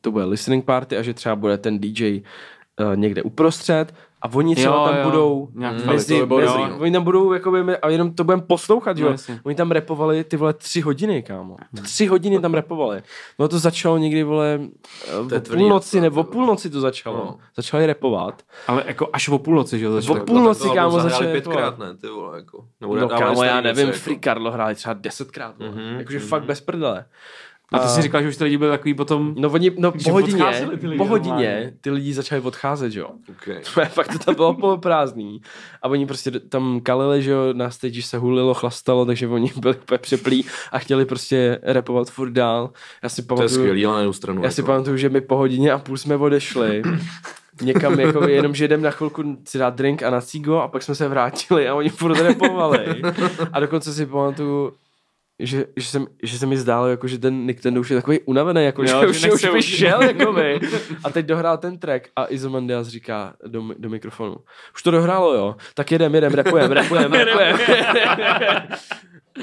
D: to bude listening party a že třeba bude ten DJ uh, někde uprostřed a oni třeba
B: Jo,
D: tam
B: jo.
D: budou
B: Nějak
A: Mm.
B: fakt,
A: Mezi-
B: to by bylo
A: mezi-
B: dobrý,
A: no.
D: oni tam budou jakoby, a jenom to budeme poslouchat,
B: No,
D: jo.
B: jasně.
D: Oni tam repovali ty vole tři hodiny, kámo. Tři hodiny tam repovali. No to začalo někdy, vole,
A: To je
D: v
A: tvrdý
D: půlnoci,
A: rap,
D: nebo
A: jo.
D: půlnoci to začalo.
A: No.
D: No. Začali repovat.
B: Ale jako až o půlnoci, že jo?
A: Tak
B: začalo.
A: to-
D: půlnoci,
A: tak to
D: kámo,
A: album zahráli
D: začali
A: pětkrát, ne, ty vole, jako. Nebo
D: No
A: dávali
D: kámo, já
A: stejně
D: nevím,
A: něco, jako.
D: Free Carlo hráli třeba desetkrát, mm-hmm,
A: Mhm,
D: jakože mm-hmm. fakt bez prdele.
B: A ty si říkal, že už ty lidi byli takový potom...
D: No oni, no
B: Že
D: po hodině,
B: odcházeli ty lidi
D: po
B: normálně.
D: hodině ty lidi začali odcházet, že jo.
A: Okay.
D: Fakt to tam bylo poloprázdný. A oni prostě d- tam kalili, že jo, na stage se hulilo, chlastalo, takže oni byli úplně přeplí a chtěli prostě repovat furt dál. Já si
A: To je
D: pamatuju,
A: skvělý, ale na jednu stranu.
D: já si
A: jako.
D: pamatuju, že my po hodině a půl jsme odešli. Někam, jako jenom, že jdem na chvilku si dát drink a na cigo a pak jsme se vrátili a oni furt repovali. A dokonce si pamatuju, že, že, jsem, že se mi zdálo, jako, že ten Nick ten už je takový unavený, jako,
B: Jo,
D: že,
B: že
D: už,
B: nechce
D: už
B: už.
D: vyšel. jako by. A teď dohrál ten track a Izomandias říká do, mi- do mikrofonu. Už to dohrálo, jo? Tak jedem, jedem, repujem, repujem, repujem.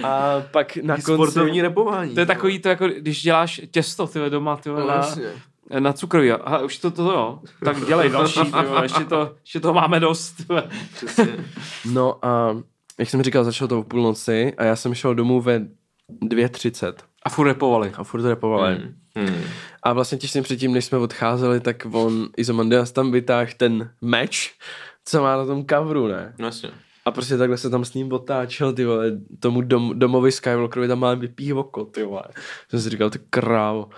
D: a pak na konci...
A: Sportovní repování.
B: To je takový to, jako když děláš těsto, ty vole, doma, ty vole,
A: No,
B: na,
A: jasně.
B: na cukroví. Aha, už to, to, to jo. Tak dělej další, ty vole, ještě to, ještě to máme dost. ty vole.
D: No a jak jsem říkal, začalo to v půlnoci a já jsem šel domů ve 2.30
B: A furt repovali.
D: a furt repoval. Mm.
A: Hmm.
D: A vlastně těsně předtím, než jsme odcházeli, tak on Izomandias tam vytáhl ten meč, co má na tom kavru, ne?
A: No, jasně.
D: A prostě takhle se tam s ním otáčel, ty vole, tomu dom, domovi Skywalkerovi tam mám vypí oko, ty vole. Jsem si říkal, ty krávo.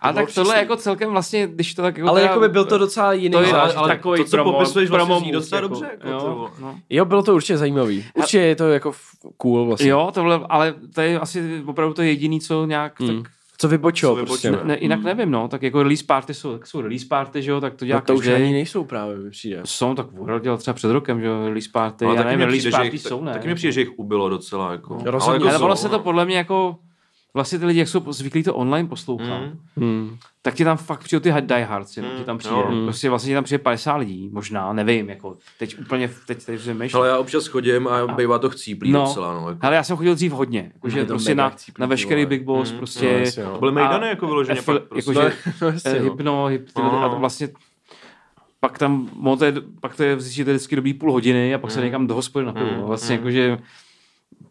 B: A
A: bylo
B: tak tohle
A: přísný.
B: jako celkem vlastně, když to tak jako
D: No, Ale
B: teda-
D: jako by byl to docela jiný
B: to je
D: zážitek.
B: ale takový
A: to, co
B: promo,
A: popisuješ, vlastně
B: promo
A: zní docela
B: move,
A: dobře, jako, ty
B: jo,
A: vole.
B: no.
D: Jo, bylo to určitě zajímavý. Určitě je to jako f- cool vlastně.
B: jo, tohle, ale to je asi opravdu to jediný, co nějak
A: Hmm.
D: Mm.
B: tak
D: Co vybočilo
A: Co
D: prostě.
A: vybočilo.
D: Ne,
B: Ne, jinak nevím, no, tak jako release party jsou, tak jsou release party, že jo, tak to dělá
D: no, to už
B: každý.
D: ani nejsou právě, mi přijde.
B: Jsou, tak Warhol dělal třeba před rokem, že jo, release party,
A: Ale
B: já
A: No, taky
B: nevím,
A: mi
B: release
A: přijde, že
B: party
A: jich-
B: jsou,
A: tak-
B: ne?
A: Taky mi přijde, že jich ubylo docela. Jako.
D: rozhodně.
A: jako
B: ale ono
A: jsou,
B: se to
A: no.
B: podle mě jako, vlastně ty lidi, jak jsou zvyklí to online poslouchat,
A: Mhm.
D: Hmm.
B: tak ti tam fakt přijde ty diehards, jenom
A: Mm,
B: ti tam přijde.
A: jo.
B: Prostě vlastně ti tam přijde 50 lidí, možná, nevím, jako, teď úplně, teď, teď zemeš.
A: Ale já občas chodím a bývá to chcíplý
B: No.
A: no. docela. No, jako.
B: Ale já jsem chodil dřív hodně, jakože
D: Je to
B: prostě
D: mega
B: na,
D: chcíplý,
B: na
D: ty
B: veškerý
D: vole.
B: Big Boss,
D: No,
B: prostě
D: jasně, no.
A: Byly mejdany
B: a-
A: jako vyloženě
B: F-
A: fakt prostě.
B: jakože-
D: No, jasně,
B: Eh,
D: no.
B: hypno, hyp, ty,
A: No.
B: a to vlastně pak tam, no, to je, pak to je vždycky, to je vždycky dobrý půl hodiny a pak se někam do hospody na pivo.
A: Mm,
B: Vlastně jakože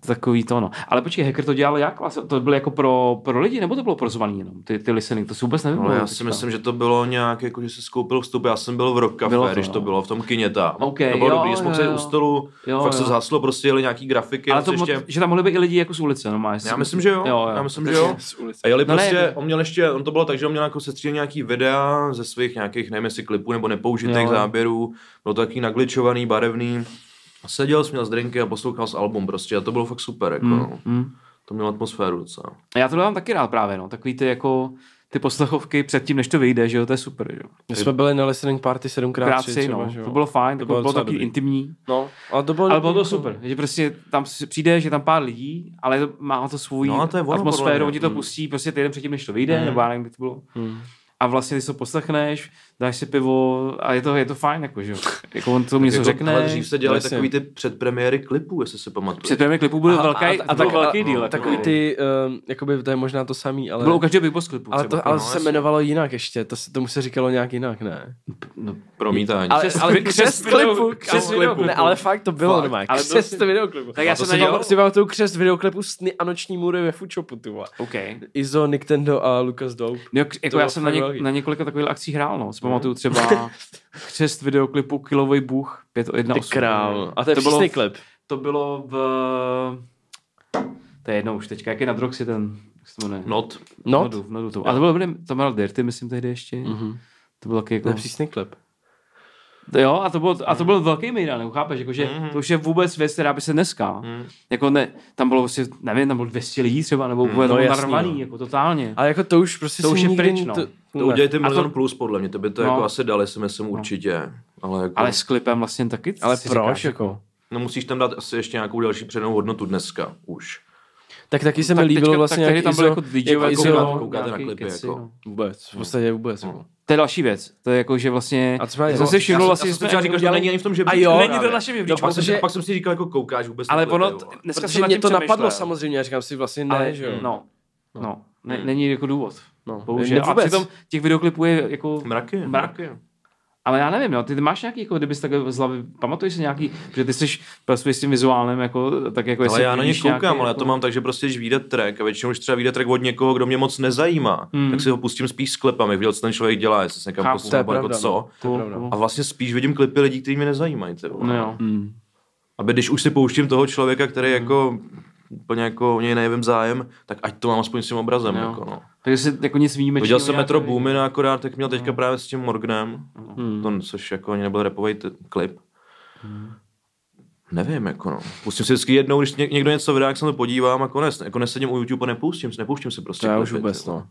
B: takový to, no. Ale počkej, hacker to dělal jak? Vlastně To bylo jako pro, pro lidi, nebo to bylo pro zvaný jenom? Ty, ty listening, to si vůbec nevím. no,
A: Ale No, já si myslím, že to bylo nějak, jako, že jsi koupil vstup. Já jsem byl v Rock Café,
B: Bylo
A: to,
B: to,
A: když to
B: no.
A: bylo v tom kině tam.
B: OK,
A: to bylo
B: jo,
A: dobrý, že
B: jo,
A: jsme se
B: jo.
A: u stolu,
B: Jo,
A: jo, fakt
B: jo.
A: se záslo, prostě jeli nějaký grafiky.
B: ale
A: a
B: to,
A: co
B: ještě... že tam mohli být i lidi jako z ulice, no máš.
A: Já myslím, že jo.
B: Jo, jo.
A: Já myslím, že jo.
D: Z ulice.
A: A jeli
B: No ne,
A: prostě,
B: jako-
A: on měl ještě, on to bylo tak, že on měl jako sestřílet nějaký videa ze svých nějakých, nevím jestli klipů nebo nepoužitých
B: Jo.
A: jo. záběrů, byl to taky nagličovaný, barevný. A Seděl, jsi měl z drinky a poslouchal s album prostě a to bylo fakt super, jako mm. no.
B: Mm.
A: To mělo atmosféru docela.
B: A Já to mám taky rád právě, no. Takový ty jako ty poslechovky předtím, než to vyjde, že jo, to je super, že jo.
D: My jsme byli na listening party 7x3
B: Krátce,
D: třeba,
B: no.
D: že jo.
B: To bylo fajn, to
D: bylo
B: bylo, bylo
D: docela
B: taky
D: dobrý.
B: intimní.
D: No, ale to bylo,
B: Ale bylo to super, že prostě tam si přijde, že tam pár lidí, ale to- má to svůj
A: No a to je ono, podle
B: atmosféru,
A: mě.
B: oni to pustí prostě týden předtím, než to vyjde, nebo já nevím, kdy to bylo. A vlastně ty to poslechneš, dáš si pivo a je to, je to fajn, jako, že jo. Jako on to něco
A: jako,
B: řekne.
A: ale dřív se dělali
D: jasně.
A: takový ty předpremiéry klipů, jestli si pamatuješ.
B: Před první klipu byl velký, a, byl
D: tak-
B: velký
D: a-
B: díl. jako
D: no, Takový ty, um, jakoby to je možná to samý, ale...
B: Bylo u každého Big Boss klipu.
D: ale
B: třeba. jako,
D: to, ale
A: no,
D: to se
A: jasně.
D: jmenovalo jinak ještě, to, se- tomu se říkalo nějak jinak, ne?
B: No,
A: Promítání.
D: Ale,
B: Křest-
D: ale
B: křest
D: křest
B: video-
D: klipu,
B: křest
D: křest
B: videoklipu.
D: videoklipu. Ne, ale fakt to bylo
B: Fakt.
D: normálně,
B: Ale byl
D: křest
B: si-
D: videoklipu.
B: tak já
D: A
B: jsem
D: to
B: na
D: si
B: něj-
D: pamatuju- si pamatuju křest videoklipu Sny a noční můry ve Foodshopu, ty vole.
B: OK.
D: Izo, Nintendo a Lucas Dope.
B: No, jak- jako
D: bylo
B: já jsem na,
D: fakt
B: něk-
D: velký.
B: na několika takových akcích hrál, no. Si
D: Mhm.
B: pamatuju třeba křest videoklipu Kilový Bůh 518.
D: Ty král. A to je
B: bylo
D: přísný klip.
B: To bylo v... To je jedno už teďka, jak je na Droxy ten... Jak se to jmenuje?
A: Not.
D: No,
B: Nodu, nodu to. A to bylo dobrý, to měl Dirty, myslím, tehdy ještě. Mm-hmm. To bylo taky
D: Mhm. to
B: jako...
D: je Mhm. přísný klip.
B: To Jo, a to byl, a to byl velký mejdan, chápeš, jakože
D: Mhm.
B: mm-hmm. to už je vůbec věc, která by se dneska, mm. jako ne, tam bylo prostě, nevím, tam bylo 200 lidí třeba, nebo vůbec
D: no
B: no,
D: jasný,
B: narvaný,
D: no.
B: jako totálně.
D: Ale jako to už prostě
B: To
D: si
B: už je
D: nikdy
B: pryč, no.
D: To,
A: To udělejte
B: to-
A: milion plus, podle mě, to by to
B: No.
A: no. jako asi dali, si myslím, určitě. Ale, jako,
B: Ale s klipem vlastně taky.
D: ale
B: si
D: proč
B: říkáš,
D: jako?
A: no musíš tam dát asi ještě nějakou další přednou hodnotu dneska už.
D: Tak taky se
B: tak
D: mi líbilo
B: teďka-
D: vlastně
B: tak tehdy
D: nějaký
B: tam byl jako DJové
A: jako
B: kolo,
A: koukáte- koukáte na
B: nějaký
A: klipy,
B: keci,
A: jako.
B: no.
D: Vůbec, v podstatě vůbec. jako.
B: To je další věc. To je jako, že vlastně...
D: A třeba je-
B: já jsem si všiml
A: já jsem,
B: vlastně,
A: já
B: že
A: jsem
B: jsme
A: třeba říkal, že to
B: udělali-
A: není ani v tom žebříčku.
D: A jo?
B: Není to
A: právě.
B: v našem
A: No,
B: žebříčku.
A: pak, jsem,
D: protože-
A: si- pak jsem si říkal, jako koukáš vůbec.
B: Ale
A: na
B: ono,
A: klipy, vole.
B: dneska
D: Protože
B: jsem nad
D: mě
B: tím
D: to napadlo
B: přemýšlel.
D: samozřejmě, já říkám si vlastně
B: Ale,
D: ne, že jo.
B: No, no. Ne, není jako důvod.
D: No,
B: Bohužel.
D: ne-
B: A
D: vůbec.
B: přitom těch videoklipů je jako...
A: Mraky.
B: Mraky. Ale já nevím, no, ty, ty máš nějaký, jako kdybys takhle z hlavy, pamatuješ si nějaký, protože ty jsi pracuješ s tím vizuálem, jako, tak jako
A: Ale
B: jestli
A: já na ně
B: vidíš
A: koukám,
B: nějaký,
A: ale já
B: jako-
A: to mám tak, že prostě, když vyjde track a většinou, když třeba vyjde track od někoho, kdo mě moc nezajímá,
B: Hmm.
A: tak si ho pustím spíš s klepem, jak viděl, co ten člověk dělá, jestli se
B: Chápu.
A: někam
D: To je
A: posunul, nebo jako
D: pravda,
A: co.
D: To je pravda.
A: A vlastně spíš vidím klipy lidí, kteří mě nezajímají. Ty, vole.
B: No jo.
A: Aby když už si pouštím toho člověka, který
D: Mhm.
A: jako úplně jako o něj nevím zájem, tak ať to mám aspoň s tím obrazem.
B: Jo.
A: Jako, no.
B: Takže si jako nic výjimečného.
A: Viděl jsem
B: nějak
A: Metro
B: nevidím.
A: Boomin a akorát, tak měl
D: Mhm.
A: teďka právě s tím Morgnem, to, což jako ani nebyl repový t- klip.
D: Mhm.
A: Nevím, jako no. Pustím si vždycky jednou, když ně- někdo něco vydá, jak se na to podívám a konec. Jako nesedím u YouTube a nepustím si, nepouštím si prostě.
D: To já
A: klipy,
D: už vůbec,
A: ty vole.
D: no.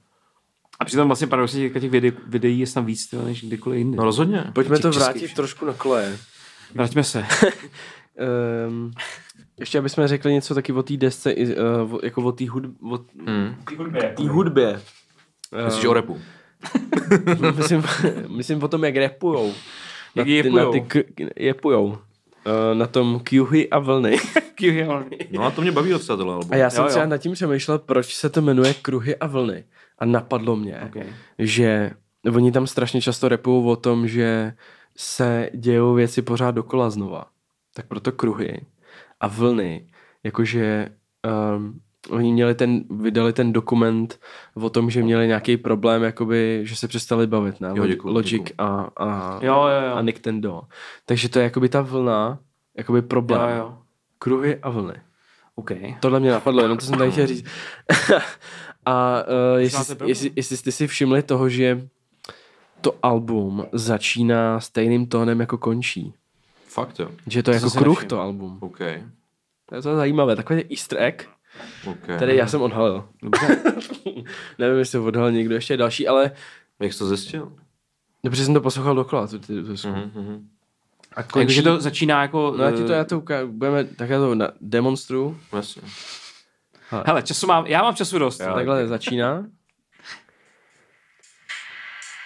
B: A přitom vlastně paradoxně teďka těch videí, videí je tam víc, tyhle, než kdykoliv jinde.
A: No rozhodně.
D: Pojďme to
B: Těch českých
D: vrátit trošku na koleje.
B: Vraťme se.
D: Um, Ještě abychom řekli něco taky o té desce, i, uh, o- jako o té hudb, o
A: Hmm.
D: té hudbě.
A: Myslíš o repu?
D: Eh, myslím, myslím o tom, jak repujou.
B: Jak
D: ty-
B: jepujou.
D: Na ty k, jepujou. Eh, na tom Kyuhy a vlny.
A: No a to mě baví docela tohle album.
D: A já jsem
B: Jo, jo.
D: třeba nad tím přemýšlel, proč se to jmenuje Kruhy a vlny. A napadlo mě,
B: okay.
D: že oni tam strašně často repují o tom, že se dějou věci pořád dokola znova. Tak proto kruhy a vlny, jakože um, oni měli ten, vydali ten dokument o tom, že měli nějaký problém, jakoby, že se přestali bavit, ne?
A: Jo, děkuju,
D: Logic
A: děkuju.
D: A, a,
B: Jo, jo, jo.
D: a Nintendo. Takže to je jakoby ta vlna, jakoby problém.
B: Jo, jo.
D: Kruhy a vlny.
B: OK.
D: Tohle mě napadlo, jenom to jsem tady chtěl říct. a uh, jestli,
B: máte pravdu.
D: jestli, jestli jste si všimli toho, že to album začíná stejným tónem, jako končí.
A: Fakt jo.
D: Že je to, to jako
B: jsem si
D: kruh
B: nevšiml.
D: to album.
A: OK.
D: To je to zajímavé, takový easter egg,
A: OK.
D: který já jsem odhalil. Nevím, jestli ho odhalil někdo ještě další, ale
A: Jak jsi to zjistil?
D: dobře jsem to poslouchal dokola. Tu, tu, tu, tu.
A: Mm-hmm.
D: Mhm, A končí.
B: Jakože to začíná jako...
D: No já ti to,
B: eh,
D: já to uka- budeme, tak já to na- demonstruju.
A: Jasně.
B: Hele, času mám, já mám času dost.
A: Já-
B: Tak-
D: Takhle začíná.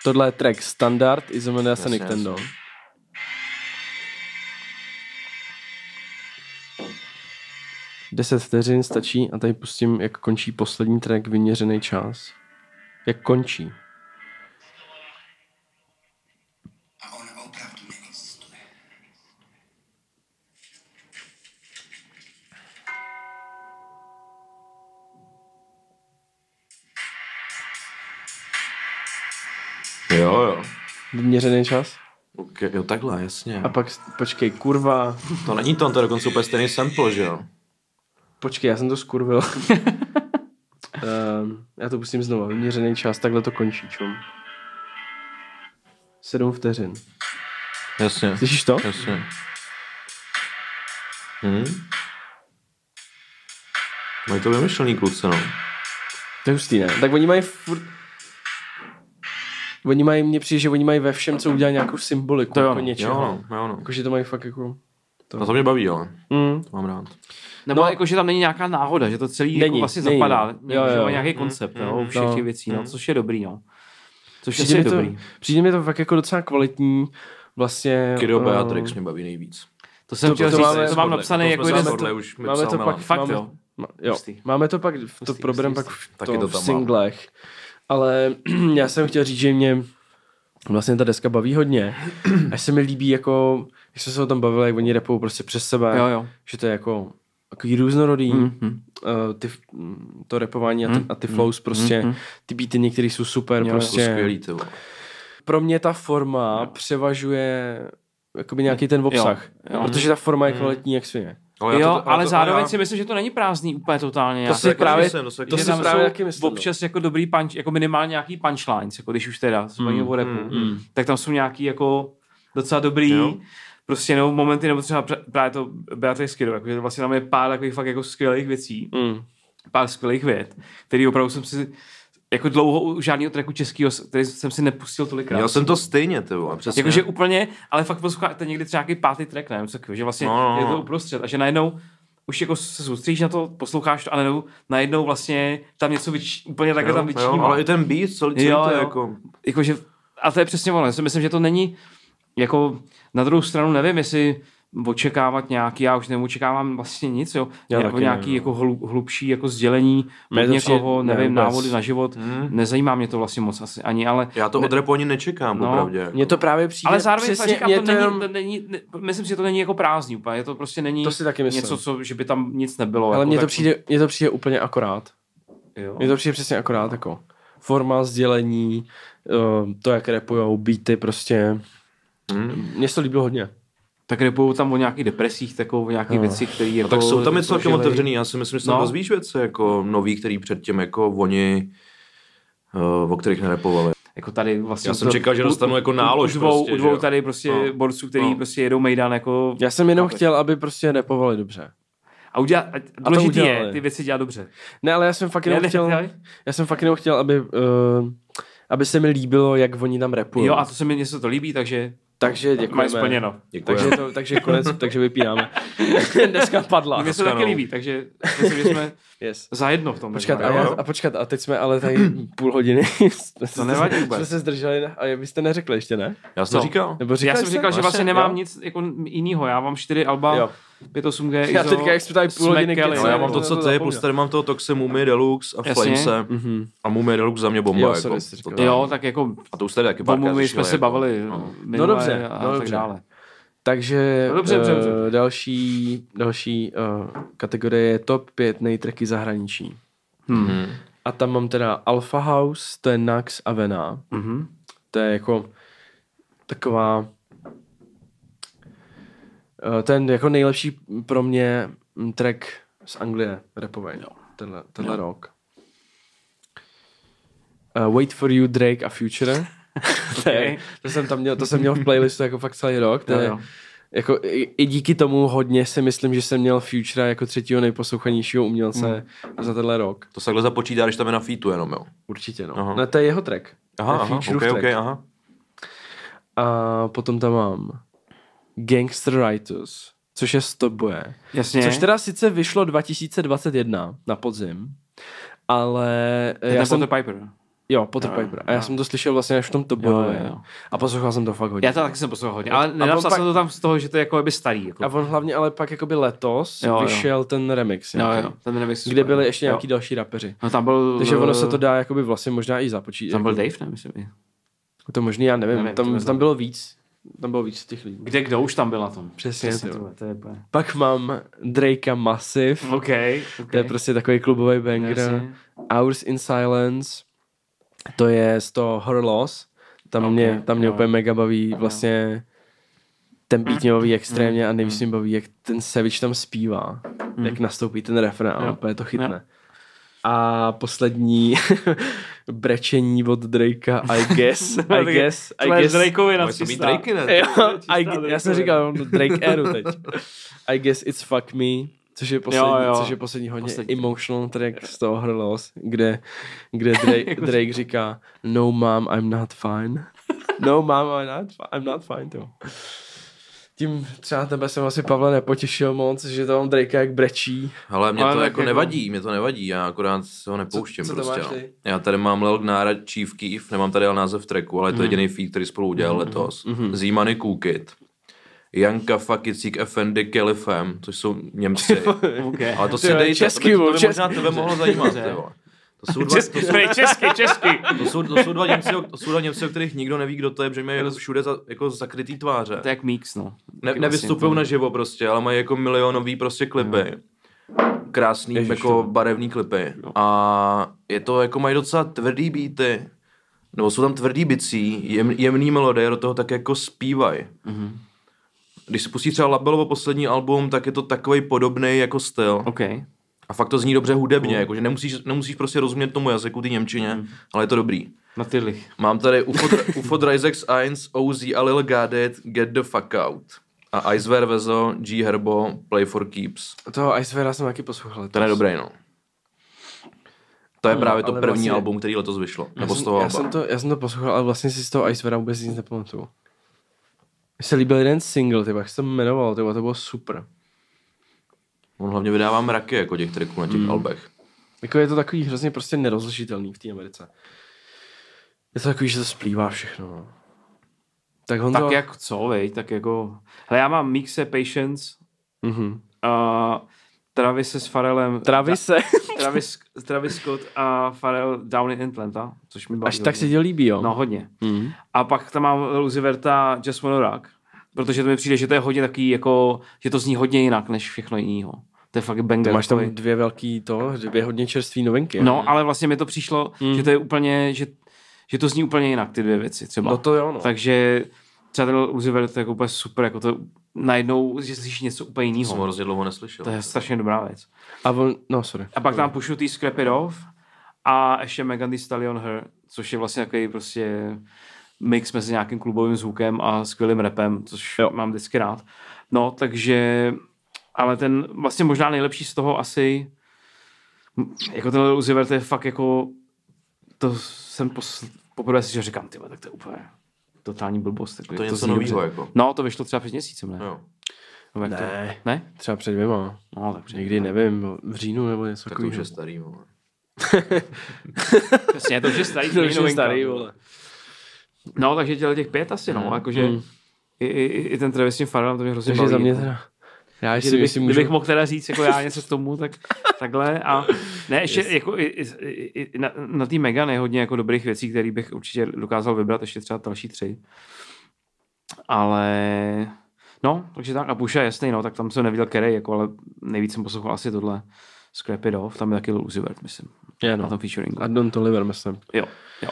D: Tohle je track standard, i jmenuje se
A: Jasně,
D: Nintendo.
A: jasně.
D: Deset vteřin stačí a tady pustím, jak končí poslední track, vyměřený čas. Jak končí.
C: A ona opravdu neexistuje.
A: Jo, jo.
D: Vyměřený čas.
A: OK, jo, takhle, jasně.
D: A pak, s- počkej, kurva,
A: To není to, on to je dokonce úplně stejný sample, že jo?
D: počkej, já jsem to skurvil. Ehm, já to pustím znovu. Vyměřený čas, takhle to končí, čum. Sedm vteřin.
A: Jasně.
D: Slyšíš to?
A: Jasně. Hm? Mají to vymyšlený kluci, no.
D: To je hustý, ne? Tak oni mají furt... Oni mají, mně přijde, že oni mají ve všem, co udělá nějakou symboliku,
B: To jo,
D: jako
B: no.
A: Jo,
D: něčeho.
A: no, jo, no.
D: Jakože to mají fakt jako...
A: A to mě baví, ale
D: Mm.
A: to mám rád.
B: Nebo
D: No.
B: no, jako, že tam není nějaká náhoda, že to celý není,
D: Není,
B: jako vlastně
D: není.
B: není. zapadá.
D: Jo,
B: Že
D: jo.
B: má nějaký koncept, no, u všech
D: no.
B: těch věcí, no, což je dobrý, no. Což
D: Přijde,
B: asi je
D: mi to,
B: dobrý.
D: přijde mi to fakt jako docela kvalitní, vlastně...
A: Kyrio
D: eh,
A: Beatrix mě baví nejvíc.
B: To jsem
D: to-
B: chtěl
D: to
B: říct,
D: máme-
B: to mám napsané jako jeden...
A: z... Už mi
D: Máme
A: psal
D: to
A: Milan.
D: pak...
B: Fakt,
D: máme,
B: jo.
D: Ma, jo.
B: Hustý.
D: Máme to pak, v- to
B: Hustý,
D: proberem
B: hustý,
D: pak v,
A: Taky
D: to,
A: to
D: v
A: tam mám.
D: singlech. Ale já jsem chtěl říct, že mě vlastně ta deska baví hodně. Až se mi líbí jako, jak jsme se o tom bavili, jak oni repou prostě přes sebe.
B: Jo, jo.
D: Že to je jako takový různorodý.
B: Hmm.
D: eh, ty, mm, to repování a ty, a
B: mm,
D: ty flows prostě, ty beaty některý jsou super,
B: Hmm. Jo,
A: To je
D: prostě.
A: skvělý, ty vole.
D: Pro mě ta forma převažuje jakoby nějaký ten obsah,
B: jo. Hmm.
D: protože ta forma je kvalitní jak svině.
A: já
B: jo,
A: to-
B: ale
A: to-
B: zároveň
A: já-
B: si myslím, že to není prázdný úplně totálně.
D: To
B: já
D: si
A: jako
D: právě,
A: myslím, to si jako
D: to si
B: že tam
D: právě
B: jsou
D: taky myslím. no.
B: občas jako dobrý punch, jako minimálně nějaký punchlines, jako když už teda se bavíme o repu,
A: mm,
B: tak tam jsou nějaký jako docela dobrý
A: Jo.
B: prostě nebo momenty, nebo třeba pře- právě to Beatrix Kiddo, jakože vlastně tam je pár takových fakt jako skvělých věcí,
D: Mm.
B: pár skvělých vět, který opravdu jsem si jako dlouho u žádného tracku českého, který jsem si nepustil tolikrát.
A: Já jsem to stejně, ty vole, přesně.
B: Jakože úplně, ale fakt posloucháte někdy třeba nějaký pátý track, nevím, co, že vlastně
A: No, no,
B: no, je
A: no.
B: to uprostřed a že najednou už jako se soustředíš na to, posloucháš to a najednou, najednou vlastně tam něco vyč, úplně takhle tam
A: jo,
B: vyčnímá.
A: jo, ale i ten beat, celý, celý
B: Jo,
A: to je
B: jo.
A: jako...
B: Jakože, a to je přesně ono, já si myslím, že to není jako na druhou stranu nevím, jestli očekávat nějaký, já už neočekávám vlastně nic, jo.
D: Já
B: jako
D: taky
B: nějaký
D: ne, no.
B: jako hlu, hlubší jako sdělení
D: Mě
B: od
D: to přijde-
B: někoho,
D: ne,
B: nevím,
D: vůbec.
B: návody na život.
A: Hmm.
B: Nezajímá mě to vlastně moc asi ani, ale
A: Já to od repu ani nečekám,
B: No.
A: popravdě. jako.
D: Mně to právě přijde
B: Ale zároveň
D: přesně,
B: přesně, říkám,
D: mě
B: to, není,
D: jenom-
B: to není, ne, myslím si, že to není jako prázdný úplně, to prostě není
D: To si taky myslím.
B: něco, co, že by tam nic nebylo.
D: ale
B: jako, No.
D: mně to,
B: tak-
D: přijde, mně to přijde úplně akorát.
B: Jo.
D: Mně to přijde přesně akorát jako forma, sdělení, eh, to, jak repujou, beaty prostě.
A: Hmm.
D: Mně se to líbilo hodně.
B: Tak repujou tam o nějakých depresích, tak o nějakých
D: No.
B: no. věcích, které jako...
A: No tak jsou tam i
B: prožili.
A: celkem otevřený, já si myslím, že se tam
B: No.
A: dozvíš věci jako nový, který předtím jako oni, eh, o kterých nerepovali.
B: Jako tady vlastně...
A: Já jsem
B: to-
A: čekal, že
B: u-
A: dostanu
B: u-
A: jako nálož
B: U dvou,
A: prostě,
B: u
A: že
B: dvou
A: jo.
B: tady prostě
A: No.
B: no. borců, který
A: No.
B: no. prostě jedou Mejdan jako...
D: Já jsem jenom
B: Chápeš?
D: chtěl, aby prostě repovali dobře.
B: A, udělá, a důležitý
D: udělali.
B: je ty věci dělat dobře.
D: Ne, ale já jsem fakt jenom
B: Ne, ne,
D: chtěl,
B: ne.
D: já jsem fakt eh, jenom chtěl, aby, uh, aby se mi líbilo, jak oni tam repujou.
B: Jo, a to se mi něco to líbí, takže
D: Takže
B: Mají
D: děkujeme.
B: splněno.
A: Děkujeme.
D: Takže, to, takže konec, takže vypínáme. Dneska padla.
B: Mně se to taky
A: Ano.
B: líbí, takže myslím, že jsme
D: Yes.
B: zajedno v tom. jako-
D: Počkat, a,
B: Jo,
D: já,
B: jo.
D: a počkat, a teď jsme ale tady půl hodiny. jsme se-
B: nevadí vůbec.
D: Jsme se zdrželi, na- a vy jste neřekli ještě, ne?
A: Já jsem to
B: No.
A: říkal.
D: Nebo
B: Já
D: říkali
B: jsem
D: jste?
B: říkal, že vlastně
D: Jo.
B: nemám nic jako jiného. Já mám čtyři alba,
D: Jo.
B: 5.8G,
D: Já
B: ISO,
D: teďka, jak jsme tady půl hodiny
B: Smek Kelly.
D: kecali,
A: Ale No, já mám to,
D: to- to
A: co ty,
D: zapomněl.
A: plus tady mám toho Toxe, Mumie, Deluxe a
B: Jasně.
A: Flamese.
D: Mhm.
A: A Mumie Deluxe za mě bomba.
D: Jo,
A: jako.
D: sorry, jsi říkal.
A: To-
B: Jo, tak jako
A: A to už tady taky
B: bomu
A: párkrát
B: my
A: řešili,
B: jsme se
A: jako.
B: bavili
A: No.
B: minule
D: dobře,
B: a
D: no
B: tak
D: dobře.
B: dále.
D: Takže
B: No dobře, dobře,
D: eh,
B: dobře.
D: další, další uh, kategorie je top 5 nejtreky zahraničí.
B: Hmm.
D: A tam mám teda Alpha House, to je Nax a Vena.
B: Mhm.
D: To je jako taková eh, ten jako nejlepší pro mě mm, track z Anglie, rapovej, tenhle, tenhle rok. Eh, Wait for you, Drake a Future. to, je,
B: Okay.
D: to, jsem tam měl, to jsem měl v playlistu jako fakt celý rok. To
B: Jo,
D: je,
B: jo.
D: jako i, i díky tomu hodně si myslím, že jsem měl Futura jako třetího nejposlouchanějšího umělce
B: Hmm.
D: za tenhle rok.
A: To se takhle započítá, když tam je na featu jenom, jo.
D: Určitě, no.
A: Aha.
D: No to je jeho track.
A: Aha,
D: To je
A: aha,
D: Futurův
A: okay,
D: track.
A: okay, aha.
D: A potom tam mám Gangster Rightus, což je Stopboje.
B: Jasně.
D: Což teda sice vyšlo 2021 na podzim, ale eh,
B: já
D: já
B: jsem
D: jsem,
B: to Piper.
D: jo, Potter
B: jo,
D: Piper. A já
B: jo.
D: jsem to slyšel vlastně až v tom
B: Jo, jo,
D: Tobojově.
B: jo.
D: A poslouchal jsem to fakt hodně.
B: Já to taky jsem poslouchal hodně, ale
D: on
B: nenapsal
D: pak-
B: jsem to tam z toho, že to je jako by starý. Jako.
D: A on hlavně ale pak jakoby letos
B: Jo,
D: jo,
B: jo.
D: vyšel jo. ten remix,
B: No, jo,
D: nějaký,
B: jo, ten remix.
D: kde byli ještě
B: Jo.
D: nějaký další rapeři.
B: No tam byl...
D: Takže ono se to dá jakoby vlastně možná i započítat.
B: Tam byl Dave, ne, myslím.
D: Jako To možný, já nevím,
B: Nevím,
D: nevím
B: to
D: tam,
B: neznám.
D: tam bylo víc. Tam bylo víc těch lidí.
B: Kde kdo už tam byl na tom?
D: Přesně,
B: Přesně
D: ty
B: tohle, to je úplně...
D: Pak mám Drakea Massive.
B: OK, OK.
D: To je prostě takový klubový banger.
B: Jasně.
D: Hours in Silence, to je z toho Her Loss. Tam
B: Ok,
D: mě, tam mě
B: jo.
D: úplně mega baví vlastně ten beat mě baví extrémně a nejvíc
B: Mhm.
D: mě baví, jak ten Savage tam zpívá, jak nastoupí ten refrén a
B: Jo.
D: úplně to chytne. A poslední brečení od Drakea, I guess, I guess, I guess.
B: Drakeovi na
A: Může to být
B: přístav.
A: Drakey, ne?
D: Jo, I,
B: Čistá
D: gue- já jsem
B: Drake
D: říkal no, Drake Eru teď. I guess it's fuck me, což je poslední, jo,
B: Jo,
D: jo.
B: jo.
D: Což je poslední hodně
B: Poslední.
D: poslední. emotional track z toho Hrlos, kde, kde Drake, Drake říká No mom, I'm not fine. No mom, I'm not, fi- I'm not fine. To. Tím třeba tebe jsem asi Pavle nepotěšil moc, že tam Drake jak brečí.
A: Ale mě
B: Ale
A: to
B: tak
A: jako
B: jako-
A: nevadí, mě to nevadí, já akorát se ho nepouštím
D: co to
A: prostě.
D: máš
A: no.
D: ty?
A: Já tady mám Lel Gnara Chief Keef, nemám tady ale název tracku, ale je to jediný feat, který spolu udělal letos. Zímany Kukit, Janka Fakicík Effendi Kelifem, což jsou Němci.
B: OK.
A: Ale to si
D: Ty jo,
A: dejte,
D: český,
A: to by, to by
D: český.
A: možná tebe mohlo zajímat. ty vole. To jsou, dva, to, jsou,
B: Prej, česky, česky.
A: to, jsou, to, jsou dva Němci, o- to jsou dva Němci, o kterých nikdo neví, kdo to je, protože mají jako všude za, jako zakrytý tváře.
B: To je jak mix, no.
A: Ne, nevystupují naživo prostě, ale mají jako milionový prostě klipy. Krásný,
D: Ježiš,
A: jako barevný klipy. A je to jako mají docela tvrdý beaty. Nebo jsou tam tvrdý bicí, jem, jemný melodie, do toho tak jako zpívají. Mm-hmm. Když si pustí třeba Labelovo poslední album, tak je to takový podobný jako styl.
B: OK.
A: A fakt to zní dobře hudebně, mm. jakože nemusíš, nemusíš prostě rozumět tomu jazyku, ty Němčině, mm. ale je to dobrý.
B: Na tylich.
A: Mám tady UFO, UFO Drysex 1, OZ a Lil Gadet, Get the fuck out. A Icewear Vezo, G Herbo, Play for Keeps.
D: Toho Icewera jsem taky poslouchal.
A: Ten je dobrý, no. To je právě to
D: ale
A: první
D: vlastně-
A: album, který letos vyšlo.
D: Já
A: Nebo z
D: jsem-
A: toho
D: já jsem,
A: alba.
D: to, já jsem to poslouchal, ale vlastně si z toho Icewera vůbec nic nepamatuju. Mně se líbil jeden single, ty, jak se to jmenovalo, ty, to bylo super.
A: On hlavně vydává mraky jako těch tracků na těch
D: Hmm.
A: albech.
D: Jako je to takový hrozně prostě nerozlišitelný v té Americe. Je to takový, že to splývá všechno. No. Tak Honzo...
B: Tak jak co, vej, tak jako... Hele, já mám mixe Patience,
D: Mhm.
B: uh, Travis se s Farelem...
D: Travise.
B: Travis, Travis Scott a Farel Downey in Atlanta, což mi baví.
D: Až tak
B: hodně.
D: se ti líbí, jo?
B: No, hodně.
D: Mhm.
B: A pak tam mám Luzi Verta Just Wanna Rock, protože to mi přijde, že to je hodně takový, jako, že to zní hodně jinak než všechno jiného. To je fakt banger.
D: Ty máš tam
B: takový.
D: dvě velký to, dvě hodně čerství novinky.
B: No, ale vlastně mi to přišlo,
D: Mhm.
B: mm. že to je úplně, že, že to zní úplně jinak, ty dvě věci třeba.
D: No to jo, no.
B: Takže třeba ten Luzi Verta je jako úplně super, jako to najednou, že slyšíš něco úplně
A: To jsem ho
B: jiného.
A: hrozně dlouho neslyšel.
B: To je strašně dobrá věc.
D: A on, no, sorry.
B: A pak tam pušu ty Scrap It Off a ještě Megan Thee Stallion Her, což je vlastně takový prostě mix mezi nějakým klubovým zvukem a skvělým rapem, což jo. mám vždycky rád. No, takže, ale ten vlastně možná nejlepší z toho asi, m, jako ten Lil Uzi Vert je fakt jako, to jsem pos, poprvé si říkám, ty vole, tak to je úplně totální blbost. Jako,
A: To je
B: jak
A: něco
B: zní
A: novýho,
B: dobře.
A: jako.
B: No, to vyšlo třeba před měsícem, ne?
A: Jo.
B: Nebo jak
D: Ne.
B: To? Ne?
D: Třeba před dvěma.
B: No, dobře.
D: Někdy nevím, v říjnu nebo něco
A: Tak to už
D: takového.
A: je starý, vole.
B: Přesně, to už je starý.
D: To už je
B: novinka.
D: starý, vole.
B: No, takže těle těch pět asi, no. Jakože
D: Mm.
B: i, i, i ten Travis s tím Farrellem, to mě hrozně
D: Takže za
B: baví. jako.
D: mě teda. Já
B: Takže
D: jestli,
B: kdybych,
D: jestli
B: můžu...
D: můžu...
B: no. kdybych mohl teda říct jako já něco k tomu, tak takhle. A ne, ještě jako i, i, i, na, na té Megan je hodně jako dobrých věcí, které bych určitě dokázal vybrat, ještě třeba další tři. Ale no, takže tak. A Pusha jasný, no, tak tam jsem neviděl Kerry, jako, ale nejvíc jsem poslouchal asi tohle. Scrap it off, tam je taky Lil Uzi Vert, myslím,
D: Já,
B: no. na
D: no.
B: tom featuringu.
D: A Don Toliver, myslím.
B: Jo, jo.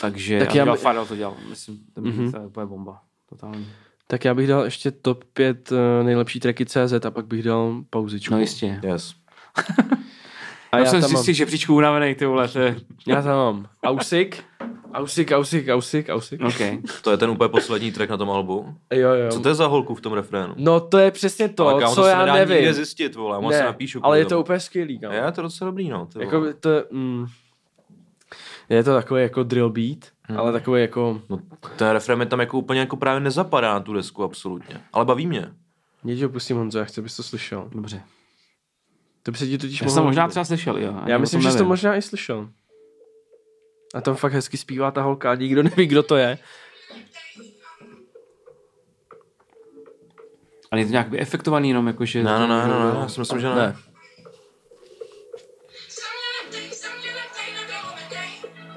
B: Takže
D: Tak
B: tak
D: já
B: já dělal
D: by-
B: Farrell to dělal, myslím, ten
D: Mhm.
B: mm-hmm. to je úplně bomba. Totální.
D: Tak já bych dal ještě top 5 eh, nejlepší tracky CZ a pak bych dal pauzičku.
B: No jistě.
A: Yes.
D: A
B: A já jsem
D: tam
B: si
D: mám,
B: jistý, že příčku unavený, ty vole, to je...
D: já tam mám Ausik, Ausik, Ausik, Ausik, Ausik.
B: Okay.
A: To je ten úplně poslední track na tom albu.
D: Jo, jo.
A: No. Co to je za holku v tom refrénu?
D: No to je přesně to,
A: Ale kámo,
D: co
A: to
D: já
A: se nedá nikde
D: nevím.
A: zjistit, vole, já mu
D: Ne,
A: asi napíšu.
D: ale
A: kvůli
D: je to
A: tomu.
D: úplně skvělý, kámo.
A: Je, to je docela dobrý, no. Ty
D: Jako
A: vole.
D: to, mm, je to takový jako drill beat, hmm. ale takový jako,
A: No, ten refrén mi tam jako úplně jako právě nezapadá na tu desku absolutně. Ale baví mě.
D: mě to pustím Honzo, já chci, abys to slyšel.
B: Dobře.
D: To by se ti totiž
B: Já
D: mohlo
B: jsem možná
D: líbit.
B: třeba slyšel, jo. ani
D: Já
B: o
D: myslím,
B: tom
D: že jsi to
B: nevím.
D: možná i slyšel. A tam fakt hezky zpívá ta holka, a nikdo neví, kdo to je.
B: Ale je to nějak efektovaný jenom, jakože...
A: Ne, ne, ne, ne, ne, no, já si myslím, že ne.
D: Ne.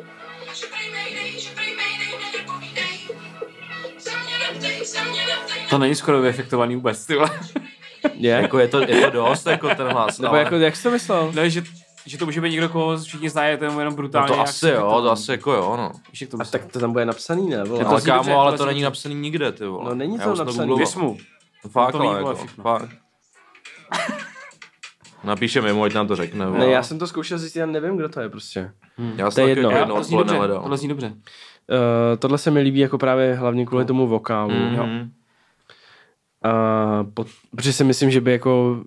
B: To není skoro efektovaný vůbec, ty vole.
D: Je?
A: Jako je to, je to dost, jako ten hlas,
D: Nebo
A: ale...
D: jako, jak jsi to myslel?
B: Ne, že, že to může být někdo, koho všichni znají, je to je jenom
A: No
B: brutálně.
A: to
B: jak
A: asi jo,
B: efektovaný.
A: to asi jako jo, no.
B: Víš, jak to
D: A
B: tak...
D: tak to tam bude napsaný, ne? Vole?
B: Je
A: Ale
B: zní dobře,
A: kámo,
B: to
A: ale to
B: zní
A: není
B: dobře.
A: napsaný nikde, ty vole.
D: No, není
A: Já
D: to
A: už
D: napsaný.
A: googloval.
D: Vy
B: Věř mu.
A: Fakt,
B: to
A: ale
B: ví, vole,
A: jako,
B: všechno.
A: fakt. Napíše mimo, ať nám to řekne. vole.
D: Ne, já jsem to zkoušel zjistit, já nevím, kdo to je prostě.
A: já jsem
D: to je
A: taky
D: jedno.
A: jako
D: Já-
A: jednou
B: to zní dobře,
A: odpoledne
B: tohle
A: hledal.
B: zní dobře.
D: Uh, tohle se mi líbí jako právě hlavně kvůli tomu vokálu. Mm.
A: Mhm.
D: A pot, protože si myslím, že by jako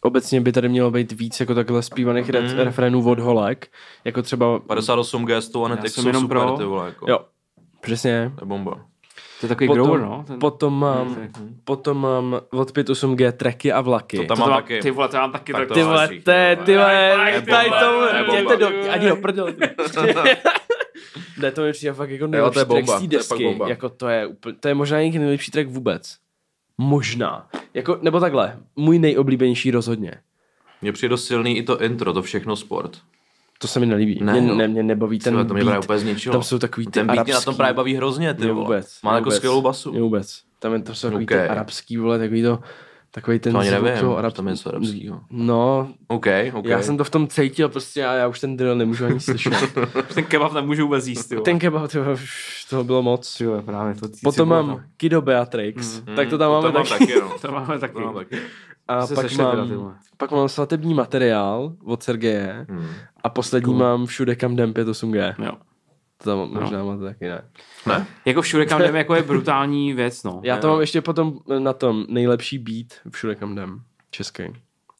D: obecně by tady mělo být víc jako takhle zpívaných mm. refrénů od holek, jako třeba
A: 58 gestů a netek
B: jsem
A: jsou
B: jenom
A: super,
B: pro.
A: ty vole, jako.
D: jo, přesně.
A: To je bomba.
B: To je takový grower, no. Ten...
D: potom mám, potom mám od 5.8G tracky a vlaky.
A: To tam
B: To
A: mám
B: mám,
A: taky.
B: ty vole, to mám taky.
A: Tak
B: Tak
A: to
D: ty
A: mám.
D: vole,
A: Vlasík,
D: te,
A: ty
D: ty
B: Aj,
D: vole,
B: ty
D: tady
B: vole,
D: to,
B: to je
D: jděte
A: bomba.
D: do, ani do prdele. Ne, to mi přijde fakt jako nejlepší
A: to je
D: track
A: bomba,
D: z té
A: to je
D: desky.
A: fakt bomba.
D: Jako to je, úplně, to je možná jejich nejlepší track vůbec. Možná. Jako, nebo takhle, můj nejoblíbenější rozhodně.
A: Mně přijde dost silný i to intro, to všechno sport.
D: To se mi nelíbí.
A: Ne,
D: Ne, mě,
A: no.
D: ne, mě nebaví ten
A: Ten to mě
D: beat.
A: právě úplně zničilo.
D: Tam jsou takový ty
A: Ten beat mě na
D: arabský-
A: tom právě baví hrozně, ty
D: Mě
A: vole.
D: vůbec,
A: Má
D: mě
A: jako
D: vůbec,
A: skvělou
D: mě
A: basu.
D: Vůbec. Tam, je, tam jsou takový
A: Okay.
D: ty arabský, vole, takový to, takový ten
A: To ani
D: zvuk
A: nevím,
D: toho
A: že tam je něco arabskýho.
D: No,
A: OK, OK.
D: okay. já jsem to v tom cítil prostě a já už ten drill nemůžu ani slyšet.
B: Ten kebab tam můžu vůbec jíst, ty vole.
D: ten kebab, tyjo, už toho bylo moc.
B: Ty vole, právě to ty
D: Potom
B: cibule
D: mám Kido Beatrix, mm, tak no. to tam máme
A: to mám
D: taky.
A: taky, no.
B: tam máme taky.
A: To mám taky.
D: A
B: Se
D: pak
B: sešli teda, ty
D: mám,
B: vole.
D: pak mám svatební materiál od Sergeje
A: Hmm.
D: a poslední mám všude kam jdem 58G.
B: Jo.
D: To tam možná máte taky, No. ne?
A: Ne?
B: Jako všude kam jdeme, jako je brutální věc, no.
D: Já to mám ještě potom na tom nejlepší beat všude kam jdem, český.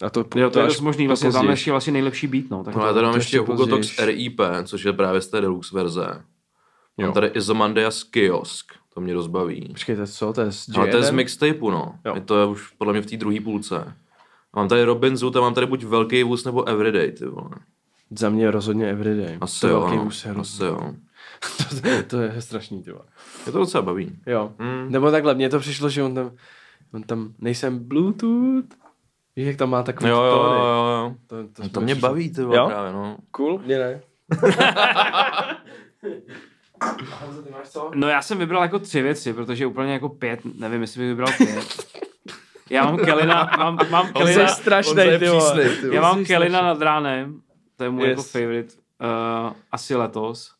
D: A to,
B: Jo, to je
D: až
B: dost možný, vlastně
D: později.
B: tam ještě vlastně nejlepší být, no. Tak
A: No, já tady mám
D: to
A: ještě
D: ještě
A: Hugo Tox
D: později.
A: RIP, což je právě z té deluxe verze.
D: Jo.
A: Mám tady Izomandias Kiosk, to mě rozbaví.
D: Počkejte, co? To je z
A: Ale to je z
D: JNM?
A: mixtapeu, no.
D: Jo.
A: Je to je už podle mě v té druhé půlce. A mám tady Robinzu, tam mám tady buď Velký vůz nebo Everyday, ty vole.
D: Za mě rozhodně Everyday.
A: Asi
D: to
A: jo,
D: velký
A: no.
D: vůz je roz...
A: Asi jo.
D: to, to, je strašný, ty vole.
A: Je to docela baví.
D: Jo. Mm. Nebo takhle, mně to přišlo, že on tam, on tam nejsem Bluetooth. Víš, jak tam má takový
A: Jo, jo,
D: tóny.
A: jo, jo.
D: To, to,
A: No
D: mi
A: to mě
D: přišlo
A: baví, ty vole,
D: Jo?
A: právě, no.
D: Cool? Mě ne.
B: No já jsem vybral jako tři věci, protože úplně jako pět, nevím, jestli bych vybral pět. Já mám Kelina, mám, mám
D: Jsi
B: Kelina,
D: strašný, ty vole.
A: ty
B: já mám
D: jsi
B: Kelina
D: strašný.
B: nad ránem, to je můj
D: Yes.
B: yes. jako favorite, uh, asi letos.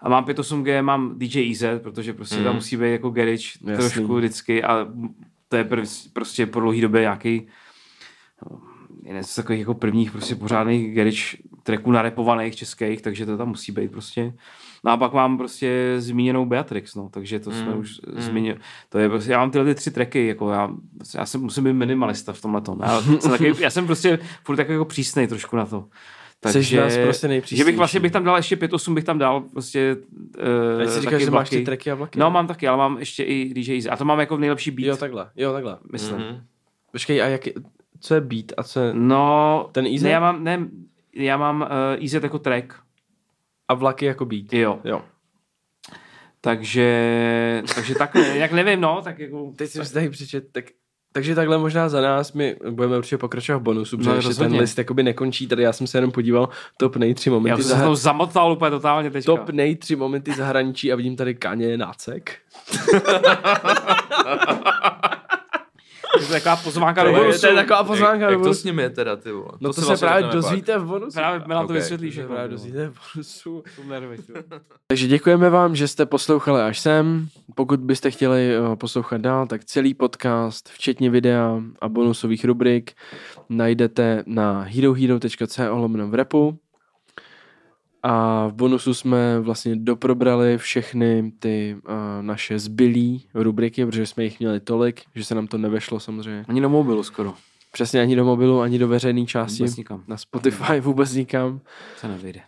B: A mám 58G, mám DJ EZ, protože prostě mm. tam musí být jako garage
D: Jasný.
B: trošku vždycky a to je prv, prostě po dlouhý době nějaký jeden z takových jako prvních prostě pořádných garage tracků narepovaných českých, takže to tam musí být prostě. No a pak mám prostě zmíněnou Beatrix, no, takže to
D: Hmm,
B: jsme už zmínili. To je prostě, já mám tyhle ty tři tracky, jako já, já jsem, musím být minimalista v tomhle tom. Já jsem, takový, já jsem prostě furt takový jako přísnej trošku na to.
D: Seš nás prostě nejpřísnější.
B: Že bych vlastně bych tam dal ještě 5-8, bych tam dal prostě uh,
D: Teď si říkáš, že máš ty tracky a vlaky.
B: No,
D: ne?
B: mám taky, ale mám ještě i DJ Easy. A to mám jako nejlepší beat,
D: Jo, Mhm. takhle, jo, takhle.
B: myslím.
D: Počkej, a jak je, co je beat a co je...
B: No,
D: Ten Easy?
B: Ne, já mám, ne, já mám uh, Easy jako track,
D: A vlaky jako beat.
B: jo.
D: Jo.
B: Takže, takže tak, jak nevím, no, tak jako...
D: Teď jsem si tady přečet, tak, takže takhle možná za nás, my budeme určitě pokračovat v bonusu, protože
B: No,
D: ještě ten
B: rozhodně.
D: list jakoby nekončí, tady já jsem se jenom podíval top nejtři
B: Já
D: momenty,
B: jsem se
D: zahr-
B: tam zamotal úplně totálně teďka.
D: top nejtři momenty zahraničí a vidím tady Kaně nácek.
B: To je taková pozvánka do
D: je-
B: bonusu.
D: to je taková pozvánka do
A: Jak, jak to
D: bonusu.
A: s nimi je teda, ty vole?
D: No to,
A: se
D: se
A: vlastně
D: právě
A: dostaneme pak.
D: dozvíte v bonusu.
B: Právě Milan to jako.
A: Ok,
B: vysvětlí,
D: že
B: že
D: právě dozvíte v bonusu.
B: Nervy,
D: Takže děkujeme vám, že jste poslouchali až sem. Pokud byste chtěli eh, poslouchat dál, tak celý podcast, včetně videa a bonusových rubrik, najdete na herohero.co lomeno v repu. A v bonusu jsme vlastně doprobrali všechny ty eh, naše zbylý rubriky, protože jsme jich měli tolik, že se nám to nevešlo samozřejmě.
B: Ani na mobilu skoro.
D: Přesně ani do mobilu, ani do veřejné části.
B: Vůbec nikam.
D: Na Spotify vůbec nikam.
B: No, To nevyjde.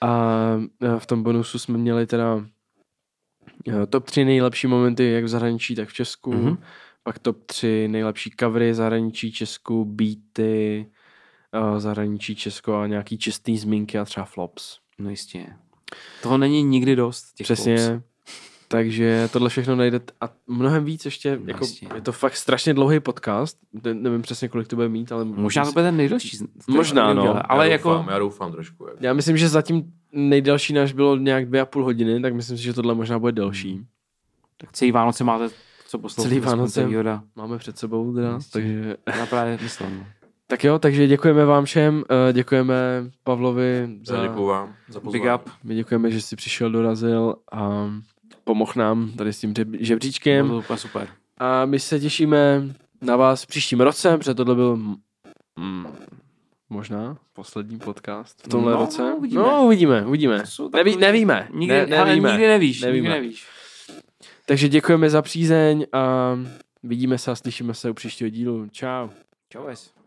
D: A eh, v tom bonusu jsme měli teda eh, top 3 nejlepší momenty jak v zahraničí, tak v Česku. Mm-hmm.
B: Mhm.
D: Pak top 3 nejlepší covery zahraničí, Česku, beaty, eh, zahraničí, Česko a nějaký čistý zmínky a třeba flops.
B: No jistě. Toho není nikdy dost. Těch
D: Přesně.
B: klops.
D: Takže tohle všechno najde a mnohem víc ještě, jako,
B: Vlastně.
D: je to fakt strašně dlouhý podcast, ne- nevím přesně kolik to bude mít, ale
B: Možná to bude ten nejdelší. z- který
D: Možná, no.
B: udělá, Ale
A: já
B: jako...
A: Doufám, já doufám trošku. Jako.
D: já myslím, že zatím nejdelší náš bylo nějak dvě a půl hodiny, tak myslím si, že tohle možná bude delší.
B: Tak celý Vánoce máte co poslouchat.
D: Celý Vánoce.
B: Joda.
D: Máme před sebou teda,
B: Jistě.
D: takže
B: Já právě myslím. no.
D: Tak jo, takže děkujeme vám všem, eh, děkujeme Pavlovi, za,
A: Děkuju vám za
B: Big
A: pozvání.
B: up.
D: my děkujeme, že jsi přišel, dorazil a pomohl nám tady s tím řeb- žebříčkem.
B: Bylo to úplně super.
D: A my se těšíme na vás v příštím roce, protože tohle byl mm, možná poslední podcast v tomhle
B: No,
D: roce.
B: uvidíme.
D: No, uvidíme, uvidíme.
B: jsou
D: Neví,
B: takový-
D: nevíme.
B: Nikdy,
D: ne, nevíme.
B: Ale nikdy nevíš.
D: Nevíme.
B: Nikdy nevíš.
D: Takže děkujeme za přízeň a vidíme se a slyšíme se u příštího dílu. Čau.
B: Čau, ves.